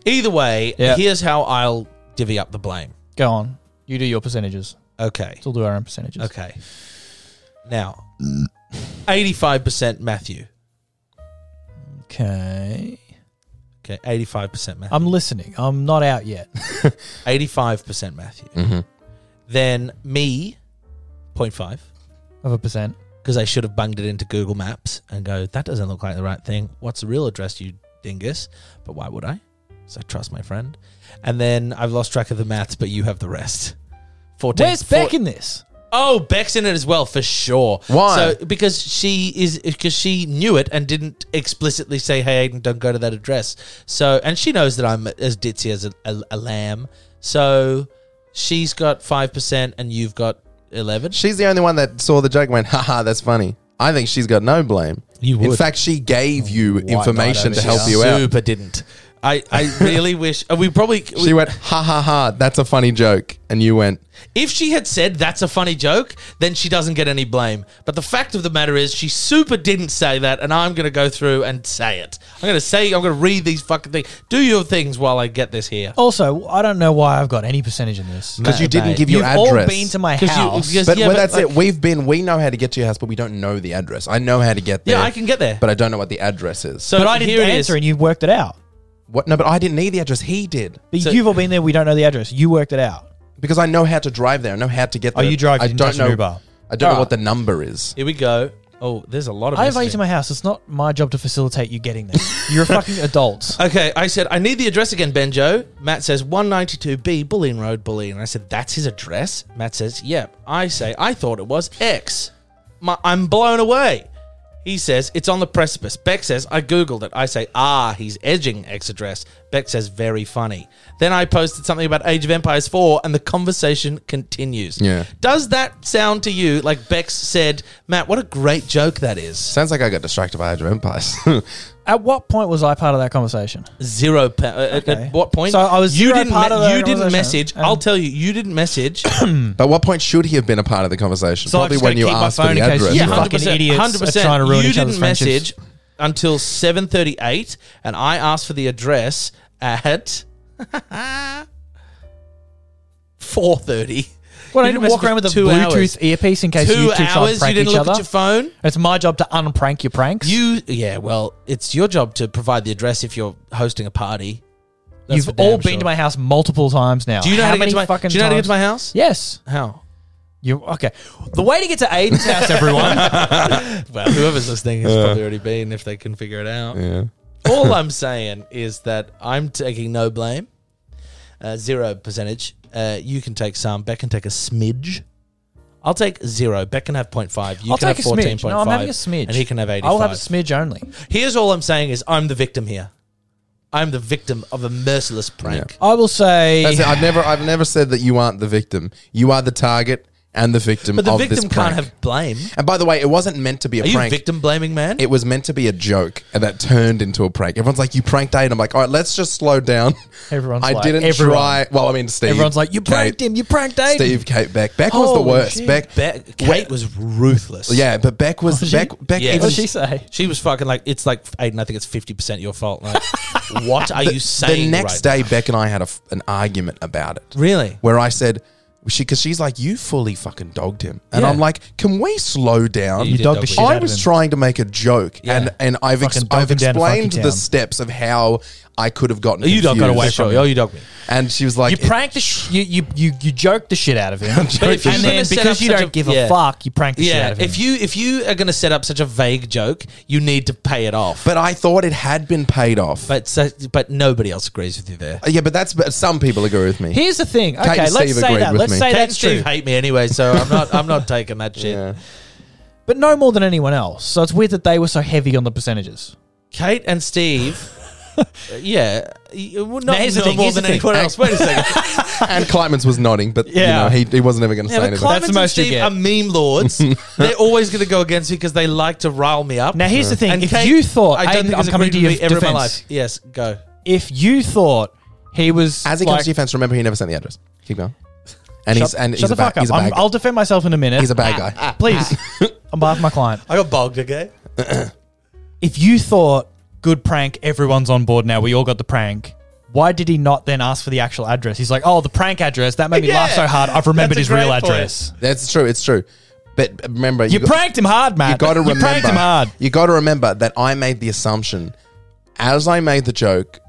Speaker 1: Either way,
Speaker 2: Yeah.
Speaker 1: here's how I'll divvy up the blame.
Speaker 2: Go on. You do your percentages.
Speaker 1: Okay.
Speaker 2: We'll do our own percentages.
Speaker 1: Okay. Now, eighty-five percent Matthew.
Speaker 2: Okay.
Speaker 1: Okay, eighty-five percent Matthew.
Speaker 2: I'm listening. I'm not out yet.
Speaker 1: Eighty-five percent Matthew.
Speaker 6: Mhm.
Speaker 1: Then me, 0.5.
Speaker 2: Of a percent.
Speaker 1: because I should have bunged it into Google Maps and go, that doesn't look like the right thing. What's the real address, you dingus? But why would I? So I trust my friend. And then I've lost track of the maths, but you have the rest. 14.
Speaker 2: Where's Beck in this?
Speaker 1: Oh, Beck's in it as well, for sure.
Speaker 6: Why?
Speaker 1: So because she is because she knew it and didn't explicitly say, "Hey, Aiden, don't go to that address." So and she knows that I'm as ditzy as a, a, a lamb. So she's got five percent, and you've got eleven.
Speaker 6: She's the only one that saw the joke and went, haha, that's funny. I think she's got no blame.
Speaker 1: You
Speaker 6: In
Speaker 1: would. Oh,
Speaker 6: fact, she gave you information to help you out.
Speaker 1: Super didn't. I,
Speaker 6: *laughs*
Speaker 1: I really wish uh, we probably
Speaker 6: She went, ha ha ha, that's a funny joke. And you went,
Speaker 1: if she had said that's a funny joke, then she doesn't get any blame. But the fact of the matter is, she super didn't say that, and I'm going to go through and say it. I'm going to say I'm going to read these fucking things. Do your things while I get this here.
Speaker 2: Also, I don't know why I've got any percentage in this.
Speaker 6: because you
Speaker 1: Mate,
Speaker 6: didn't
Speaker 1: mate.
Speaker 6: give your
Speaker 2: You've all
Speaker 6: address.
Speaker 2: been to my
Speaker 1: 'Cause you-
Speaker 2: house.
Speaker 1: because-
Speaker 6: but
Speaker 1: yeah,
Speaker 6: well,
Speaker 1: but,
Speaker 6: that's
Speaker 1: like-
Speaker 6: it. We've been, we know how to get to your house, but we don't know the address. I know how to get there.
Speaker 1: Yeah, I can get there.
Speaker 6: But I don't know what the address is.
Speaker 1: so
Speaker 2: but I didn't
Speaker 1: here it is.
Speaker 2: answer and you worked it out.
Speaker 6: what? No, but I didn't need the address. He did.
Speaker 2: But
Speaker 1: So-
Speaker 2: you've all been there. We don't know the address. You worked it out.
Speaker 6: Because I know how to drive there. I know how to get
Speaker 2: Oh,
Speaker 6: there.
Speaker 2: you drive.
Speaker 6: I
Speaker 2: You didn't
Speaker 6: don't
Speaker 2: touch an
Speaker 6: know.
Speaker 2: Uber.
Speaker 6: I don't know
Speaker 1: Alright.
Speaker 6: what the number is.
Speaker 1: Here we go. Oh, there's a lot of.
Speaker 2: I invite you
Speaker 1: messaging.
Speaker 2: to my house. It's not my job to facilitate you getting there. You're a
Speaker 1: *laughs*
Speaker 2: fucking adult.
Speaker 1: Okay, I said, I need the address again, Benjo. Matt says, 192B, Bulleen Road, Bulleen. And I said, that's his address? Matt says, yep. I say, I thought it was X. My, I'm blown away. He says, it's on the precipice. Beck says, I Googled it. I say, ah, he's edging X address. Beck says, very funny. Then I posted something about Age of Empires 4, and the conversation continues.
Speaker 6: Yeah.
Speaker 1: Does that sound to you like Bex said, Matt, what a great joke that is?
Speaker 6: Sounds like I got distracted by Age of Empires. *laughs*
Speaker 2: At what point was I part of that conversation?
Speaker 1: zero. Pa- uh, at-
Speaker 2: Okay.
Speaker 1: At what point?
Speaker 2: So I was
Speaker 1: You
Speaker 2: zero
Speaker 1: didn't.
Speaker 2: part of the
Speaker 1: you didn't
Speaker 2: conversation.
Speaker 1: message.
Speaker 2: Um,
Speaker 1: I'll tell you. You didn't
Speaker 2: *coughs*
Speaker 1: message.
Speaker 6: but what point should he have been a part of the conversation?
Speaker 2: So I've
Speaker 6: Probably
Speaker 2: just
Speaker 6: when
Speaker 2: gotta
Speaker 6: you
Speaker 2: keep my
Speaker 6: asked for
Speaker 2: phone
Speaker 6: the
Speaker 2: in case
Speaker 6: address.
Speaker 2: you
Speaker 1: yeah,
Speaker 6: right?
Speaker 2: fucking
Speaker 1: hundred percent.
Speaker 2: idiots
Speaker 1: Hundred
Speaker 2: are trying to ruin
Speaker 1: percent. You
Speaker 2: each other's
Speaker 1: didn't message
Speaker 2: friendships.
Speaker 1: until seven thirty-eight, and I asked for the address at *laughs* four thirty.
Speaker 2: What, I
Speaker 1: You
Speaker 2: didn't
Speaker 1: didn't
Speaker 2: walk
Speaker 1: message
Speaker 2: around with a
Speaker 1: two
Speaker 2: Bluetooth
Speaker 1: hours.
Speaker 2: earpiece in case you
Speaker 1: Two
Speaker 2: two try and
Speaker 1: hours. You
Speaker 2: prank
Speaker 1: didn't
Speaker 2: each
Speaker 1: look
Speaker 2: other.
Speaker 1: at your phone.
Speaker 2: It's my job to unprank your pranks.
Speaker 1: You yeah. Well, it's your job to provide the address if you're hosting a party. That's
Speaker 2: You've
Speaker 1: for damn
Speaker 2: all been
Speaker 1: sure.
Speaker 2: to my house multiple times now.
Speaker 1: Do you know how, to get
Speaker 2: many
Speaker 1: to my?
Speaker 2: fucking
Speaker 1: Do you know how to get to my
Speaker 2: times?
Speaker 1: house?
Speaker 2: Yes.
Speaker 1: How?
Speaker 2: You okay? The way to get to Aiden's *laughs* house, everyone.
Speaker 1: Well, whoever's listening
Speaker 6: *laughs*
Speaker 1: has probably already been if they can figure it out.
Speaker 6: Yeah. *laughs*
Speaker 1: All I'm saying is that I'm taking no blame, uh, zero percentage. Uh, you can take some. Beck can take a smidge. I'll take zero. Beck can have 0.5. You
Speaker 2: I'll
Speaker 1: can
Speaker 2: take
Speaker 1: have
Speaker 2: a
Speaker 1: fourteen
Speaker 2: smidge.
Speaker 1: point five.
Speaker 2: No, I'm having a smidge.
Speaker 1: And he can have 85.
Speaker 2: I'll have a smidge only.
Speaker 1: Here's all I'm saying is I'm the victim here. I'm the victim of a merciless prank.
Speaker 2: I will say.
Speaker 6: That's it. I've never, I've never said that you aren't the victim. You are the target. and the victim
Speaker 1: But the
Speaker 6: of
Speaker 1: victim
Speaker 6: this
Speaker 1: can't
Speaker 6: prank.
Speaker 1: have blame.
Speaker 6: And by the way, it wasn't meant to be a
Speaker 1: Are you
Speaker 6: prank.
Speaker 1: victim blaming, man?
Speaker 6: it was meant to be a joke and that turned into a prank. Everyone's like, "You pranked Aiden." I'm like, "All right, let's just slow down."
Speaker 2: Everyone's
Speaker 6: I
Speaker 2: like-
Speaker 6: didn't
Speaker 2: everyone.
Speaker 6: try. Well, I mean, Steve.
Speaker 2: Everyone's like, you
Speaker 6: Kate,
Speaker 2: pranked him, you pranked Aiden.
Speaker 6: Steve, Kate, Beck. Beck was the
Speaker 2: Holy
Speaker 6: worst.
Speaker 2: shit. Oh,
Speaker 6: Beck,
Speaker 1: Beck, Kate was ruthless.
Speaker 6: yeah, but Beck was
Speaker 2: she?
Speaker 6: Beck. Beck
Speaker 1: Yeah.
Speaker 6: even
Speaker 2: What'd she say?
Speaker 1: She was fucking like, it's like, Aiden, I think it's 50% your fault.
Speaker 2: *laughs*
Speaker 1: Like, what are you saying?
Speaker 6: the next
Speaker 1: right
Speaker 6: day, Beck and I had a f an argument about it.
Speaker 1: Really?
Speaker 6: Where I said, she because she's like, you fully fucking dogged him, and
Speaker 1: Yeah.
Speaker 6: I'm like, can we slow down?
Speaker 1: You
Speaker 2: You
Speaker 1: did
Speaker 2: dogged
Speaker 1: dog
Speaker 2: the
Speaker 1: shit
Speaker 2: shit
Speaker 1: out
Speaker 6: I
Speaker 2: out
Speaker 6: was
Speaker 2: of him.
Speaker 6: trying to make a joke, and and I've ex-
Speaker 2: Fucking dog
Speaker 6: I've
Speaker 2: him down to
Speaker 6: explained
Speaker 2: Funky
Speaker 6: the
Speaker 2: Town.
Speaker 6: steps of how I could have gotten.
Speaker 1: You dog got
Speaker 6: confused.
Speaker 1: away from me. Oh, you dog me.
Speaker 6: And she was like,
Speaker 2: you pranked the sh- you, you you you joked the shit *laughs* out of him,
Speaker 1: But if you're
Speaker 2: and
Speaker 1: gonna
Speaker 2: then
Speaker 1: set up
Speaker 2: because you
Speaker 1: such
Speaker 2: don't
Speaker 1: a-
Speaker 2: give
Speaker 1: yeah.
Speaker 2: a fuck, you pranked the shit out
Speaker 1: Yeah,
Speaker 2: of him.
Speaker 1: if you if you are going to set up such a vague joke, you need to pay it off.
Speaker 6: but I thought it had been paid off. Uh,
Speaker 1: But so, but nobody else agrees with you there.
Speaker 6: yeah, but that's but some people agree with me.
Speaker 2: Here's the thing.
Speaker 6: and
Speaker 2: Okay, let's
Speaker 6: Steve
Speaker 2: say
Speaker 6: agreed
Speaker 2: that.
Speaker 6: with
Speaker 2: Let's
Speaker 6: me.
Speaker 2: say
Speaker 1: Kate and
Speaker 2: that's
Speaker 1: Steve
Speaker 2: true.
Speaker 1: hate me anyway, so I'm not I'm not taking
Speaker 2: *laughs*
Speaker 1: that shit.
Speaker 6: Yeah.
Speaker 2: But no more than anyone else. So it's weird that they were so heavy on the percentages.
Speaker 1: Kate
Speaker 2: *laughs*
Speaker 1: and Steve. uh, yeah, y- well, not,
Speaker 2: Now, here's the
Speaker 1: no
Speaker 2: thing,
Speaker 1: more
Speaker 2: here's the
Speaker 1: than
Speaker 2: thing.
Speaker 1: anyone else. Wait a second.
Speaker 6: *laughs* and Climans was nodding, but
Speaker 2: Yeah.
Speaker 6: you know, he, he wasn't ever going to
Speaker 1: Yeah,
Speaker 6: say
Speaker 1: but
Speaker 6: anything.
Speaker 1: Climens and
Speaker 2: most you
Speaker 1: Steve
Speaker 2: get.
Speaker 1: are
Speaker 2: *laughs*
Speaker 1: meme lords. They're always going to go against me because they like to rile me up.
Speaker 2: Now here's the thing.
Speaker 1: And
Speaker 2: if
Speaker 1: Kate-
Speaker 2: you thought I
Speaker 1: don't think
Speaker 2: I'm
Speaker 1: has
Speaker 2: coming to
Speaker 1: agreed
Speaker 2: your
Speaker 1: with me ever in my
Speaker 2: defense.
Speaker 1: life. Yes, go.
Speaker 2: If you thought he was
Speaker 6: As he
Speaker 2: like,
Speaker 6: comes to your fence, remember he never sent the address. Keep going. And he's and
Speaker 2: shut
Speaker 6: he's,
Speaker 2: the
Speaker 6: a bad,
Speaker 2: fuck up.
Speaker 6: he's a
Speaker 2: I'm-
Speaker 6: bad
Speaker 2: I'll
Speaker 6: guy.
Speaker 2: defend myself in a minute. Ah,
Speaker 6: He's a bad guy. Ah.
Speaker 2: Please, on behalf of my client.
Speaker 1: I got bogged. Okay.
Speaker 2: If you thought good prank, everyone's on board now. We all got the prank. Why did he not then ask for the actual address? He's like, "Oh, the prank address. That made me laugh so
Speaker 1: Yeah.
Speaker 2: hard. I've remembered
Speaker 1: That's
Speaker 2: his
Speaker 1: a
Speaker 2: real
Speaker 1: great point.
Speaker 2: address."
Speaker 6: That's true. It's true. But remember,
Speaker 2: You,
Speaker 6: got-
Speaker 2: pranked him hard, Matt.
Speaker 6: You got to remember.
Speaker 2: You pranked him hard.
Speaker 6: You got to remember that I made the assumption, as I made the joke,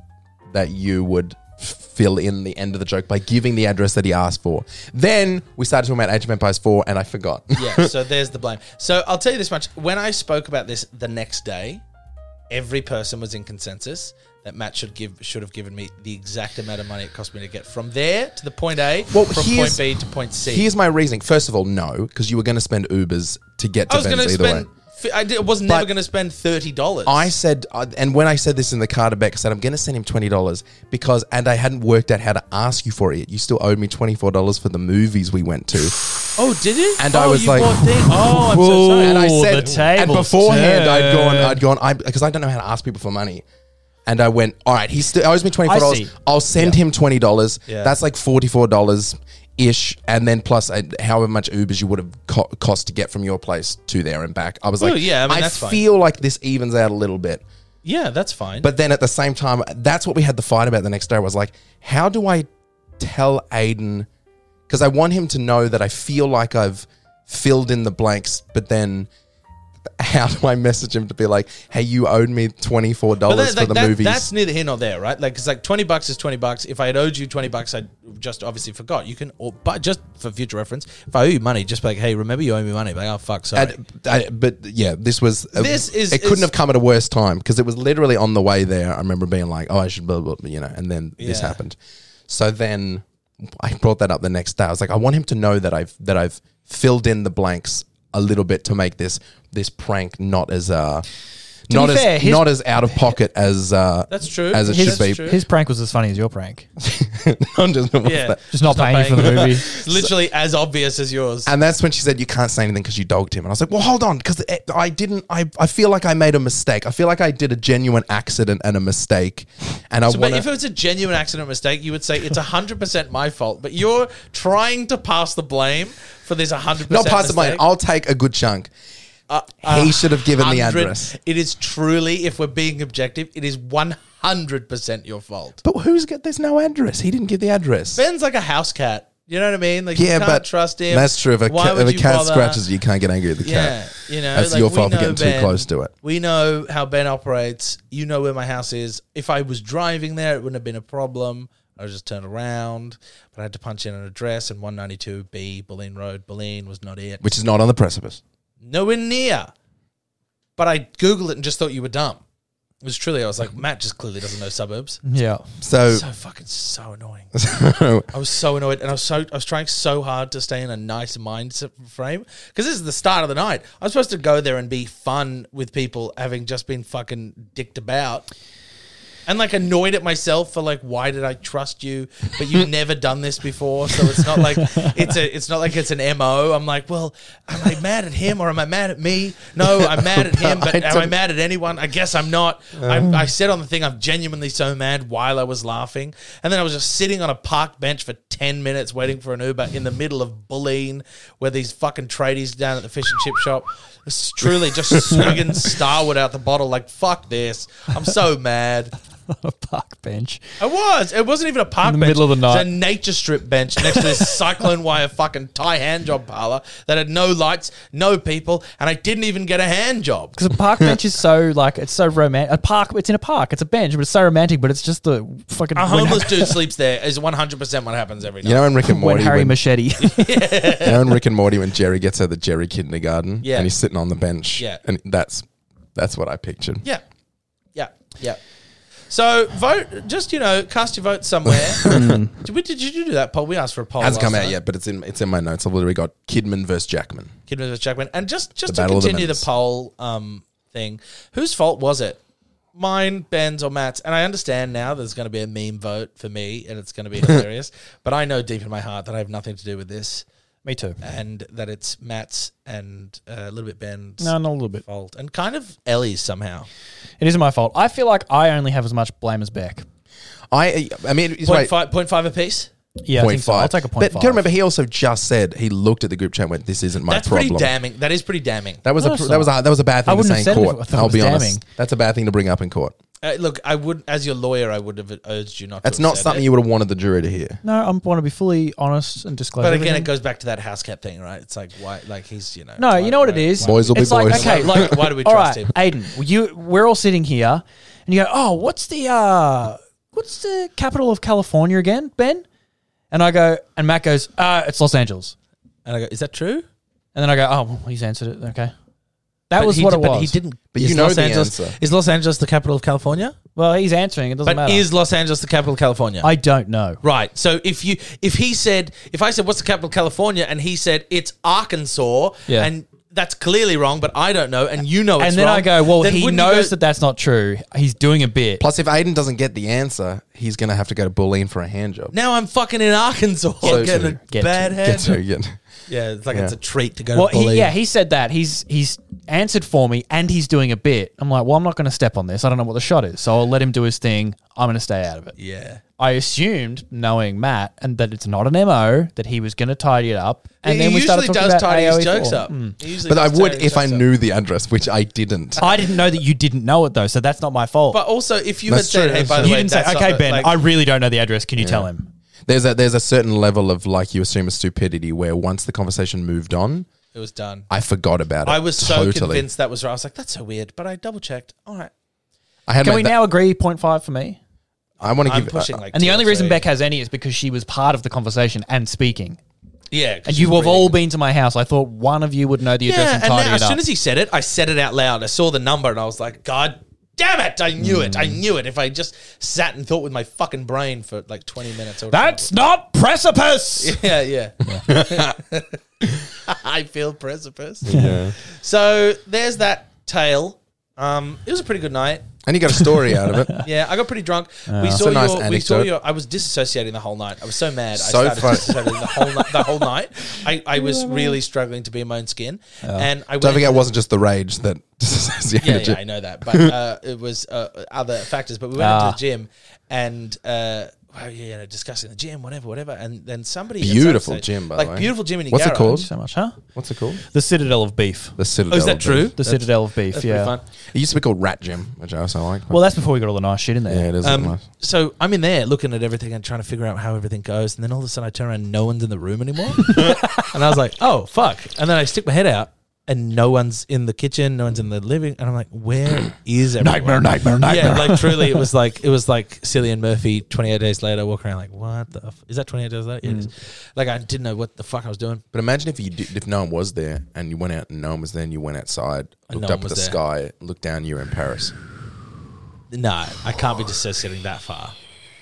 Speaker 6: that you would f- fill in the end of the joke by giving the address that he asked for. Then we started talking about Age of Empires Four, and I forgot.
Speaker 1: yeah, *laughs* so there's the blame. So I'll tell you this much. When I spoke about this the next day, every person was in consensus that Matt should give should have given me the exact amount of money it cost me to get from there to the point A,
Speaker 6: Well,
Speaker 1: from
Speaker 6: here's-
Speaker 1: point B to point C. I
Speaker 6: *laughs* Here's my reasoning. First of all, no, because you were going to spend Ubers to get to
Speaker 1: was going
Speaker 6: Ben's
Speaker 1: to
Speaker 6: either
Speaker 1: spend.
Speaker 6: way.
Speaker 1: fi- I did, was never going to spend thirty dollars.
Speaker 6: I said, uh, and when I said this in the car to Beck, I said I'm going to send him twenty dollars because, and I hadn't worked out how to ask you for it. yet. You still owed me twenty four dollars for the movies we went to.
Speaker 1: Oh, did you?
Speaker 6: And I
Speaker 1: Oh,
Speaker 6: was
Speaker 1: you
Speaker 6: like,
Speaker 1: bought
Speaker 6: *laughs*
Speaker 1: things. oh, I'm so sorry.
Speaker 6: and I
Speaker 2: Ooh,
Speaker 6: said,
Speaker 2: the tables
Speaker 6: and beforehand, I'd gone,
Speaker 2: turned.
Speaker 6: I'd gone, I because I don't know how to ask people for money. And I went, all right, he still owes me twenty
Speaker 2: I
Speaker 6: four
Speaker 2: see.
Speaker 6: dollars. I'll send him twenty dollars.
Speaker 1: Yeah.
Speaker 6: That's like forty four dollars ish, and then plus uh, however much Ubers you would have co- cost to get from your place to there and back. I was like,
Speaker 1: Ooh, yeah, I mean, that's fine.
Speaker 6: feel like this evens out a little bit.
Speaker 1: yeah, that's fine.
Speaker 6: But then at the same time, that's what we had the fight about the next day. Was like, how do I tell Aiden? Because I want him to know that I feel like I've filled in the blanks, but then how do I message him to be like, "Hey, you owed me twenty four
Speaker 1: But
Speaker 6: dollars
Speaker 1: that-
Speaker 6: for the
Speaker 1: that-
Speaker 6: movies"?
Speaker 1: That's neither here nor there, right? Like, it's like twenty bucks is twenty bucks. If I had owed you twenty bucks, I just obviously forgot. You can, or, but just for future reference, if I owe you money, just be like, hey, remember you owe me money. Be Like, oh fuck, sorry.
Speaker 6: And- I- but yeah, this was a-
Speaker 1: This is-
Speaker 6: it couldn't
Speaker 1: is-
Speaker 6: have come at a worse time because it was literally on the way there. I remember being like, "Oh, I should," blah, blah, blah, you know, and then this
Speaker 1: Yeah.
Speaker 6: happened. So then I brought that up the next day. I was like, "I want him to know that I've that I've filled in the blanks a little bit to make this this prank not as uh not
Speaker 2: be
Speaker 6: as
Speaker 2: fair, his-
Speaker 6: not as out of
Speaker 1: *laughs*
Speaker 6: pocket as uh
Speaker 1: That's true.
Speaker 6: as it
Speaker 1: His-
Speaker 6: should be."
Speaker 1: That's true.
Speaker 2: His prank was as funny as your prank. Just
Speaker 6: *laughs* I'm just- what's
Speaker 1: yeah,
Speaker 6: that?
Speaker 2: not paying you for the movie.
Speaker 1: It's *laughs* literally as obvious as yours.
Speaker 6: And that's when she said, "You can't say anything because you dogged him." And I was like, "Well, hold on, because I didn't. I, I feel like I made a mistake. I feel like I did a genuine accident and a mistake, and I
Speaker 1: So,
Speaker 6: want
Speaker 1: but if it
Speaker 6: to."
Speaker 1: was a genuine accident mistake, you would say it's hundred percent my fault. But you're trying to pass the blame for this hundred
Speaker 6: Not
Speaker 1: percent.
Speaker 6: pass mine. I'll take a good chunk.
Speaker 1: Uh,
Speaker 6: he should have given the
Speaker 1: 100
Speaker 6: address.
Speaker 1: It is truly, if we're being objective, it is one hundred percent your fault.
Speaker 6: But who's got? There's no address. He didn't give the address.
Speaker 1: Ben's like a house cat. You know what I mean? Like
Speaker 6: yeah,
Speaker 1: you can't
Speaker 6: but
Speaker 1: trust him.
Speaker 6: That's true. If a,
Speaker 1: Why
Speaker 6: cat,
Speaker 1: would
Speaker 6: if a
Speaker 1: you
Speaker 6: cat
Speaker 1: bother?
Speaker 6: scratches you, you can't get angry at the
Speaker 1: Yeah,
Speaker 6: cat.
Speaker 1: you know,
Speaker 6: that's
Speaker 1: like,
Speaker 6: your
Speaker 1: we
Speaker 6: fault for
Speaker 1: know
Speaker 6: getting
Speaker 1: Ben.
Speaker 6: too close to it.
Speaker 1: We know how Ben operates. You know where my house is. If I was driving there, it wouldn't have been a problem. I just turned around, but I had to punch in an address and 192B Boleyn Road. Boleyn was not it.
Speaker 6: Which is not on the precipice.
Speaker 1: Nowhere near. But I Googled it and just thought you were dumb. It was truly, I was like, Matt just clearly doesn't know suburbs.
Speaker 2: Yeah.
Speaker 6: So,
Speaker 1: So fucking so annoying. I was so annoyed, and I was so I was trying so hard to stay in a nice mindset frame because this is the start of the night. I was supposed to go there and be fun with people, having just been fucking dicked about. and like annoyed at myself for like why did I trust you? But you've never done this before, so it's not like it's a it's not like it's an mo. I'm like, well, am I mad at him or am I mad at me? No, I'm mad at him, but
Speaker 6: I
Speaker 1: am I
Speaker 6: don't-
Speaker 1: mad at anyone? I guess I'm not. I'm, I said on the thing, I'm genuinely so mad while I was laughing, and then I was just sitting on a park bench for ten minutes waiting for an Uber in the middle of Bulleen, where these fucking tradies down at the fish and chip shop. It's truly just swigging Starwood out the bottle, like fuck this. I'm so mad.
Speaker 2: *laughs* a park bench.
Speaker 1: It was. It wasn't even a park
Speaker 2: In the
Speaker 1: bench.
Speaker 2: middle of the
Speaker 1: It was
Speaker 2: night.
Speaker 1: a nature strip bench next
Speaker 2: *laughs*
Speaker 1: to this cyclone wire fucking Thai hand job parlor that had no lights, no people, and I didn't even get a hand job.
Speaker 2: Because a park bench is so like it's so romantic. A park, it's in a park. It's a bench, but it's so romantic. But it's just the fucking
Speaker 1: A
Speaker 2: when- *laughs*
Speaker 1: homeless dude sleeps there is 100% what happens every night.
Speaker 6: *laughs* You know in
Speaker 1: *laughs*
Speaker 6: Rick and
Speaker 2: when
Speaker 6: Morty
Speaker 2: Harry
Speaker 6: when,
Speaker 2: Machete.
Speaker 6: you know in Rick and Morty when Jerry gets out of the Jerry kindergarten
Speaker 1: Yeah.
Speaker 6: and he's sitting on the bench.
Speaker 1: Yeah.
Speaker 6: And that's that's what I pictured.
Speaker 1: Yeah. Yeah. Yeah. So vote, just, you know, cast your
Speaker 2: *laughs*
Speaker 1: vote somewhere.
Speaker 2: Mm.
Speaker 1: did, we, did you do that poll? We asked for a poll.
Speaker 6: Hasn't
Speaker 1: last
Speaker 6: come out
Speaker 1: night.
Speaker 6: yet, but it's in it's in my notes. I've literally got Kidman versus Jackman.
Speaker 1: Kid versus Jackman. And just just to
Speaker 6: The Battle of the
Speaker 1: continue the,
Speaker 6: Minutes.
Speaker 1: poll um, thing, whose fault was it? Mine, Ben's, or Matt's? And I understand now there's going to be a meme vote for me, and it's going to
Speaker 6: *laughs*
Speaker 1: be hilarious. But I know deep in my heart that I have nothing to do with this,
Speaker 2: Me too.
Speaker 1: and that it's Matt's and uh, a little bit Ben's
Speaker 2: No, not a little bit.
Speaker 1: fault, and kind of Ellie's somehow.
Speaker 2: It isn't my fault. I feel like I only have as much blame as Beck.
Speaker 6: I I mean it's
Speaker 1: Point
Speaker 6: wait,
Speaker 1: five, point five apiece.
Speaker 2: Yeah, I think so. I'll take a point
Speaker 6: But do you remember he also just said he looked at the group chat and went, "This isn't my
Speaker 1: That's
Speaker 6: problem."
Speaker 1: pretty damning. That is pretty damning.
Speaker 6: That was
Speaker 2: No,
Speaker 6: a
Speaker 2: it's
Speaker 6: that was a, that was a bad
Speaker 2: I
Speaker 6: thing to
Speaker 2: wouldn't
Speaker 6: say
Speaker 2: have said it
Speaker 6: in
Speaker 2: if I
Speaker 6: court.
Speaker 2: thought it
Speaker 6: I'll
Speaker 2: was
Speaker 6: be
Speaker 2: damning.
Speaker 6: honest. That's a bad thing to bring up in court.
Speaker 1: Uh, look, I would, as your lawyer, I would have urged you not.
Speaker 6: That's
Speaker 1: to have
Speaker 6: not
Speaker 1: said
Speaker 6: something
Speaker 1: it.
Speaker 6: you would have wanted the jury to hear.
Speaker 2: No, I want to be fully honest and disclose.
Speaker 1: But again,
Speaker 2: everything.
Speaker 1: it goes back to that house cat thing, right? It's like why, like he's you know.
Speaker 2: No,
Speaker 1: why-
Speaker 2: you know what it
Speaker 1: why-
Speaker 2: is.
Speaker 6: Boys will be
Speaker 2: it's like,
Speaker 6: boys.
Speaker 2: Okay, like
Speaker 1: *laughs* Why do we
Speaker 2: all
Speaker 1: trust
Speaker 2: right,
Speaker 1: him?
Speaker 2: Aiden, you we're all sitting here, and you go, "Oh, what's the uh, what's the capital of California again, Ben?" And I go, and Matt goes, uh, "It's Los Angeles."
Speaker 1: And I go, is that true?
Speaker 2: And then I go, "Oh, well, he's answered it. Okay, that
Speaker 1: But
Speaker 2: was
Speaker 1: he
Speaker 2: what
Speaker 1: did-
Speaker 2: it
Speaker 1: But
Speaker 2: was."
Speaker 1: he didn't.
Speaker 6: But you
Speaker 1: Is
Speaker 6: know
Speaker 1: Los
Speaker 6: the
Speaker 1: Angeles,
Speaker 6: answer.
Speaker 1: Is Los Angeles the capital of California?
Speaker 2: Well, he's answering. It doesn't
Speaker 1: But
Speaker 2: matter.
Speaker 1: is Los Angeles the capital of California?
Speaker 2: I don't know.
Speaker 1: right. So if you if he said if I said what's the capital of California and he said it's Arkansas
Speaker 2: Yeah.
Speaker 1: and that's clearly wrong, but I don't know and you know it's
Speaker 2: And then I
Speaker 1: wrong,
Speaker 2: go, "Well,
Speaker 1: then
Speaker 2: he
Speaker 1: wouldn't you
Speaker 2: knows
Speaker 1: go-
Speaker 2: that that's not true. He's doing a bit."
Speaker 6: Plus, if Aiden doesn't get the answer, he's going to have to go to Bulleen for a hand job.
Speaker 1: now I'm fucking in Arkansas
Speaker 6: Get
Speaker 1: getting a
Speaker 6: to.
Speaker 2: Get
Speaker 1: bad
Speaker 2: to.
Speaker 1: head.
Speaker 6: Get
Speaker 2: *laughs*
Speaker 6: to, get to.
Speaker 1: Yeah, it's like
Speaker 6: Yeah.
Speaker 1: it's a treat to go
Speaker 2: Well,
Speaker 1: to bully.
Speaker 2: he, yeah, he said that. He's he's answered for me and he's doing a bit. I'm like, well, I'm not going to step on this. I don't know what the shot is. So I'll let him do his thing. I'm going to stay out of it.
Speaker 1: yeah.
Speaker 2: I assumed, knowing Matt, and that it's not an MO, that he was going to tidy it up. And
Speaker 1: he
Speaker 2: then we started
Speaker 1: usually
Speaker 2: talking
Speaker 1: does
Speaker 2: about
Speaker 1: tidy his
Speaker 2: AOE4.
Speaker 1: jokes up.
Speaker 2: Mm.
Speaker 1: He usually
Speaker 6: But I
Speaker 1: does
Speaker 6: would
Speaker 1: tidy his
Speaker 6: if I
Speaker 1: jokes up.
Speaker 6: knew the address, which I didn't.
Speaker 2: I didn't know that you didn't know it though, so that's not my fault.
Speaker 1: But also, if you
Speaker 6: That's
Speaker 1: had said,
Speaker 6: true,
Speaker 1: "Hey,
Speaker 6: that's
Speaker 1: by the
Speaker 2: you
Speaker 1: way,"
Speaker 2: didn't say,
Speaker 1: that's
Speaker 2: okay,
Speaker 1: not-
Speaker 2: Ben,
Speaker 1: like-
Speaker 2: I really don't know the address. Can you tell him?
Speaker 6: There's a there's a certain level of like you assume a stupidity where once the conversation moved on,
Speaker 1: it was done.
Speaker 6: I forgot about it.
Speaker 1: I was so
Speaker 6: Totally.
Speaker 1: convinced that was right. I was like, that's so weird. But I double checked. All right.
Speaker 6: I had
Speaker 2: Can
Speaker 6: my-
Speaker 2: we
Speaker 6: that-
Speaker 2: now agree 0.5 for me?
Speaker 6: I want to
Speaker 1: I'm
Speaker 6: give. uh,
Speaker 1: pushing
Speaker 6: I-
Speaker 1: like.
Speaker 2: And the
Speaker 1: two
Speaker 2: only
Speaker 1: or
Speaker 2: reason
Speaker 1: three.
Speaker 2: Beck has any is because she was part of the conversation and speaking.
Speaker 1: Yeah.
Speaker 2: And
Speaker 1: 'cause she's
Speaker 2: you have
Speaker 1: reading.
Speaker 2: all been to my house. I thought one of you would know the
Speaker 1: Yeah.
Speaker 2: address and
Speaker 1: And
Speaker 2: tidy
Speaker 1: then
Speaker 2: it
Speaker 1: as
Speaker 2: up.
Speaker 1: soon as he said it, I said it out loud. I saw the number and I was like, God damn it. I knew it.
Speaker 2: Mm.
Speaker 1: I knew it. If I just sat and thought with my fucking brain for like 20 minutes or
Speaker 2: That's not *laughs* precipice.
Speaker 1: *laughs* Yeah, yeah. *laughs* I feel precipice. So there's that tale. Um, it was a pretty good night.
Speaker 6: and you got a story
Speaker 1: *laughs*
Speaker 6: out of it.
Speaker 1: Yeah, I got pretty drunk. we saw
Speaker 6: Ah, a nice
Speaker 1: your, we saw
Speaker 6: anecdote.
Speaker 1: your. I was disassociating the whole night. I was so mad.
Speaker 6: So
Speaker 1: I started
Speaker 6: funny.
Speaker 1: disassociating the whole night. The whole night. I, I was really struggling to be in my own skin, and I
Speaker 6: Don't
Speaker 1: went-
Speaker 6: forget, it wasn't just the rage that *laughs*
Speaker 1: Yeah,
Speaker 6: disassociated
Speaker 1: yeah,
Speaker 6: you.
Speaker 1: I know that,
Speaker 6: *laughs*
Speaker 1: but uh, it was uh, other factors. But we went
Speaker 2: Ah.
Speaker 1: into the gym and. Uh, well, yeah, you know, discussing the gym, whatever, whatever, and then somebody at
Speaker 6: Beautiful
Speaker 1: some stage-
Speaker 6: gym, by the
Speaker 1: like
Speaker 6: way.
Speaker 1: beautiful gym in
Speaker 6: What's it
Speaker 1: Yarra.
Speaker 6: called?
Speaker 2: so much, huh?
Speaker 6: What's it called?
Speaker 2: The Citadel of Beef.
Speaker 6: The Citadel.
Speaker 1: Oh, is that
Speaker 6: Gym.
Speaker 1: true?
Speaker 2: The Citadel of Beef.
Speaker 1: Pretty
Speaker 2: Yeah.
Speaker 1: fun.
Speaker 6: It used to be called Rat Gym, which I also like.
Speaker 2: Well, that's before we got all the nice shit in there.
Speaker 6: yeah, it is
Speaker 1: Um,
Speaker 6: nice.
Speaker 1: So I'm in there looking at everything and trying to figure out how everything goes, and then all of a sudden I turn around, and no one's in the room anymore, *laughs* and I was like, "Oh fuck!" And then I stick my head out, and no one's in the kitchen, no one's in the living, and I'm like, *coughs* "Where is everyone?"
Speaker 6: nightmare,
Speaker 1: Yeah, like truly, it *laughs* was like it was like Cillian Murphy. Twenty eight days later, walking around like, "What the? F- is that twenty eight days later?" Yeah, it is. Like I didn't know what the fuck I was doing.
Speaker 6: But imagine if you did, if no one was there and you went out and no one was there and you went outside,
Speaker 1: And
Speaker 6: looked
Speaker 1: no
Speaker 6: up
Speaker 1: one
Speaker 6: at the
Speaker 1: was
Speaker 6: sky, looked down, you were in Paris.
Speaker 1: No, I can't be dissociating that far.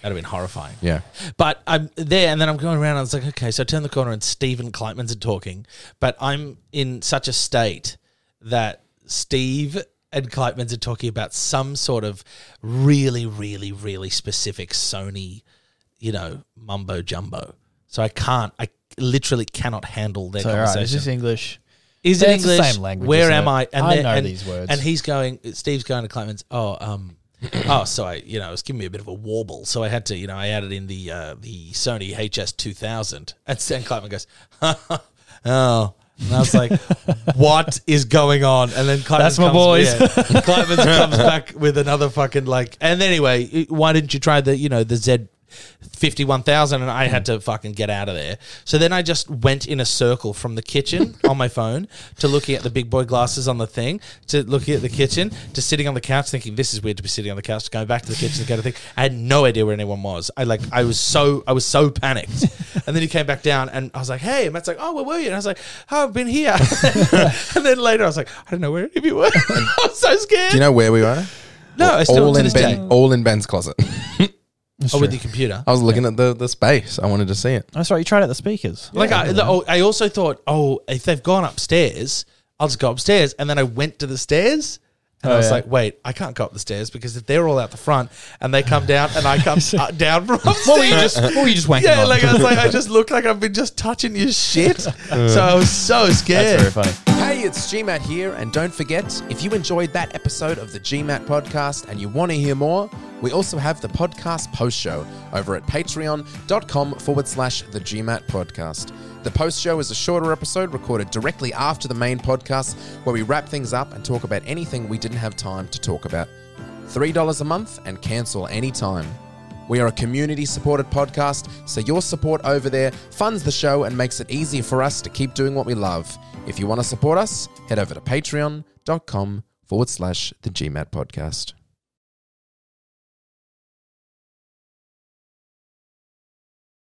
Speaker 1: That'd have been horrifying.
Speaker 6: Yeah.
Speaker 1: But I'm there, and then I'm going around. And I was like, okay, so I turn the corner, and Steve Kleitman's are talking, but I'm in such a state that Steve and Kleitmans are talking about some sort of really, really, really specific Sony, you know, mumbo jumbo. So I can't, I literally cannot handle their
Speaker 2: So, all right,
Speaker 1: conversation.
Speaker 2: it's just English.
Speaker 1: Is it
Speaker 2: It's the
Speaker 1: English?
Speaker 2: same language,
Speaker 1: Where
Speaker 2: isn't
Speaker 1: am
Speaker 2: it?
Speaker 1: I?
Speaker 2: I
Speaker 1: they're-
Speaker 2: know these words.
Speaker 1: And he's going. Steve's going to Clemens. Oh,
Speaker 2: *clears throat*
Speaker 1: um, oh, so I, you know, it was giving me a bit of a warble, so I had to, you know, I added in the uh, the Sony HS two thousand, and Stan Clemens goes, *laughs* oh. And I
Speaker 2: *laughs*
Speaker 1: was like, "What is going on?" And then Clemens
Speaker 2: That's my
Speaker 1: comes,
Speaker 2: boys.
Speaker 1: *laughs* yeah. Clemens comes back with another fucking like. And anyway, why didn't you try the you know the Z fifty one thousand? And I had to fucking get out of there. So then I just went in a circle from the kitchen on my phone to looking at the big boy glasses on the thing to looking at the kitchen to sitting on the couch thinking this is weird to be sitting on the couch to going back to the kitchen to go to think. I had no idea where anyone was. I like I was so I was so panicked. And then he came back down and I was like, "Hey," and Matt's like, "Oh, where were you?" And I was like, "Oh, I've been here." and then later I was like, "I don't know where any of you were." *laughs* I was so scared.
Speaker 6: Do you know where we were?
Speaker 1: No, I still
Speaker 6: all
Speaker 1: to
Speaker 6: in
Speaker 1: this
Speaker 6: Ben,
Speaker 1: day.
Speaker 6: all in Ben's closet. *laughs*
Speaker 1: Oh, with the computer.
Speaker 6: I was looking at the the space. I wanted to see it.
Speaker 2: That's right. You tried out the speakers.
Speaker 1: like I, the- oh, I also thought, oh, if they've gone upstairs, I'll just go upstairs. And then I went to the stairs. And I
Speaker 2: Oh,
Speaker 1: was
Speaker 2: yeah.
Speaker 1: like, wait, I can't go up the stairs because if they're all out the front and they come down and I
Speaker 2: *laughs*
Speaker 1: come uh, down from upstairs.
Speaker 2: What were you just? What were you just wanking
Speaker 1: yeah,
Speaker 2: on?
Speaker 1: like I
Speaker 2: *laughs*
Speaker 1: was like, I just look like I've been just touching your shit. so I was so scared.
Speaker 2: That's very funny.
Speaker 6: Hey, it's GMAT here, and don't forget if you enjoyed that episode of the GMAT podcast and you want to hear more, we also have the podcast post show over at patreon.com forward slash the GMAT podcast. The post show is a shorter episode recorded directly after the main podcast where we wrap things up and talk about anything we didn't have time to talk about. $3 a month and cancel anytime. We are a community supported podcast, so your support over there funds the show and makes it easy for us to keep doing what we love. If you want to support us, head over to patreon.com forward slash the GMAT podcast.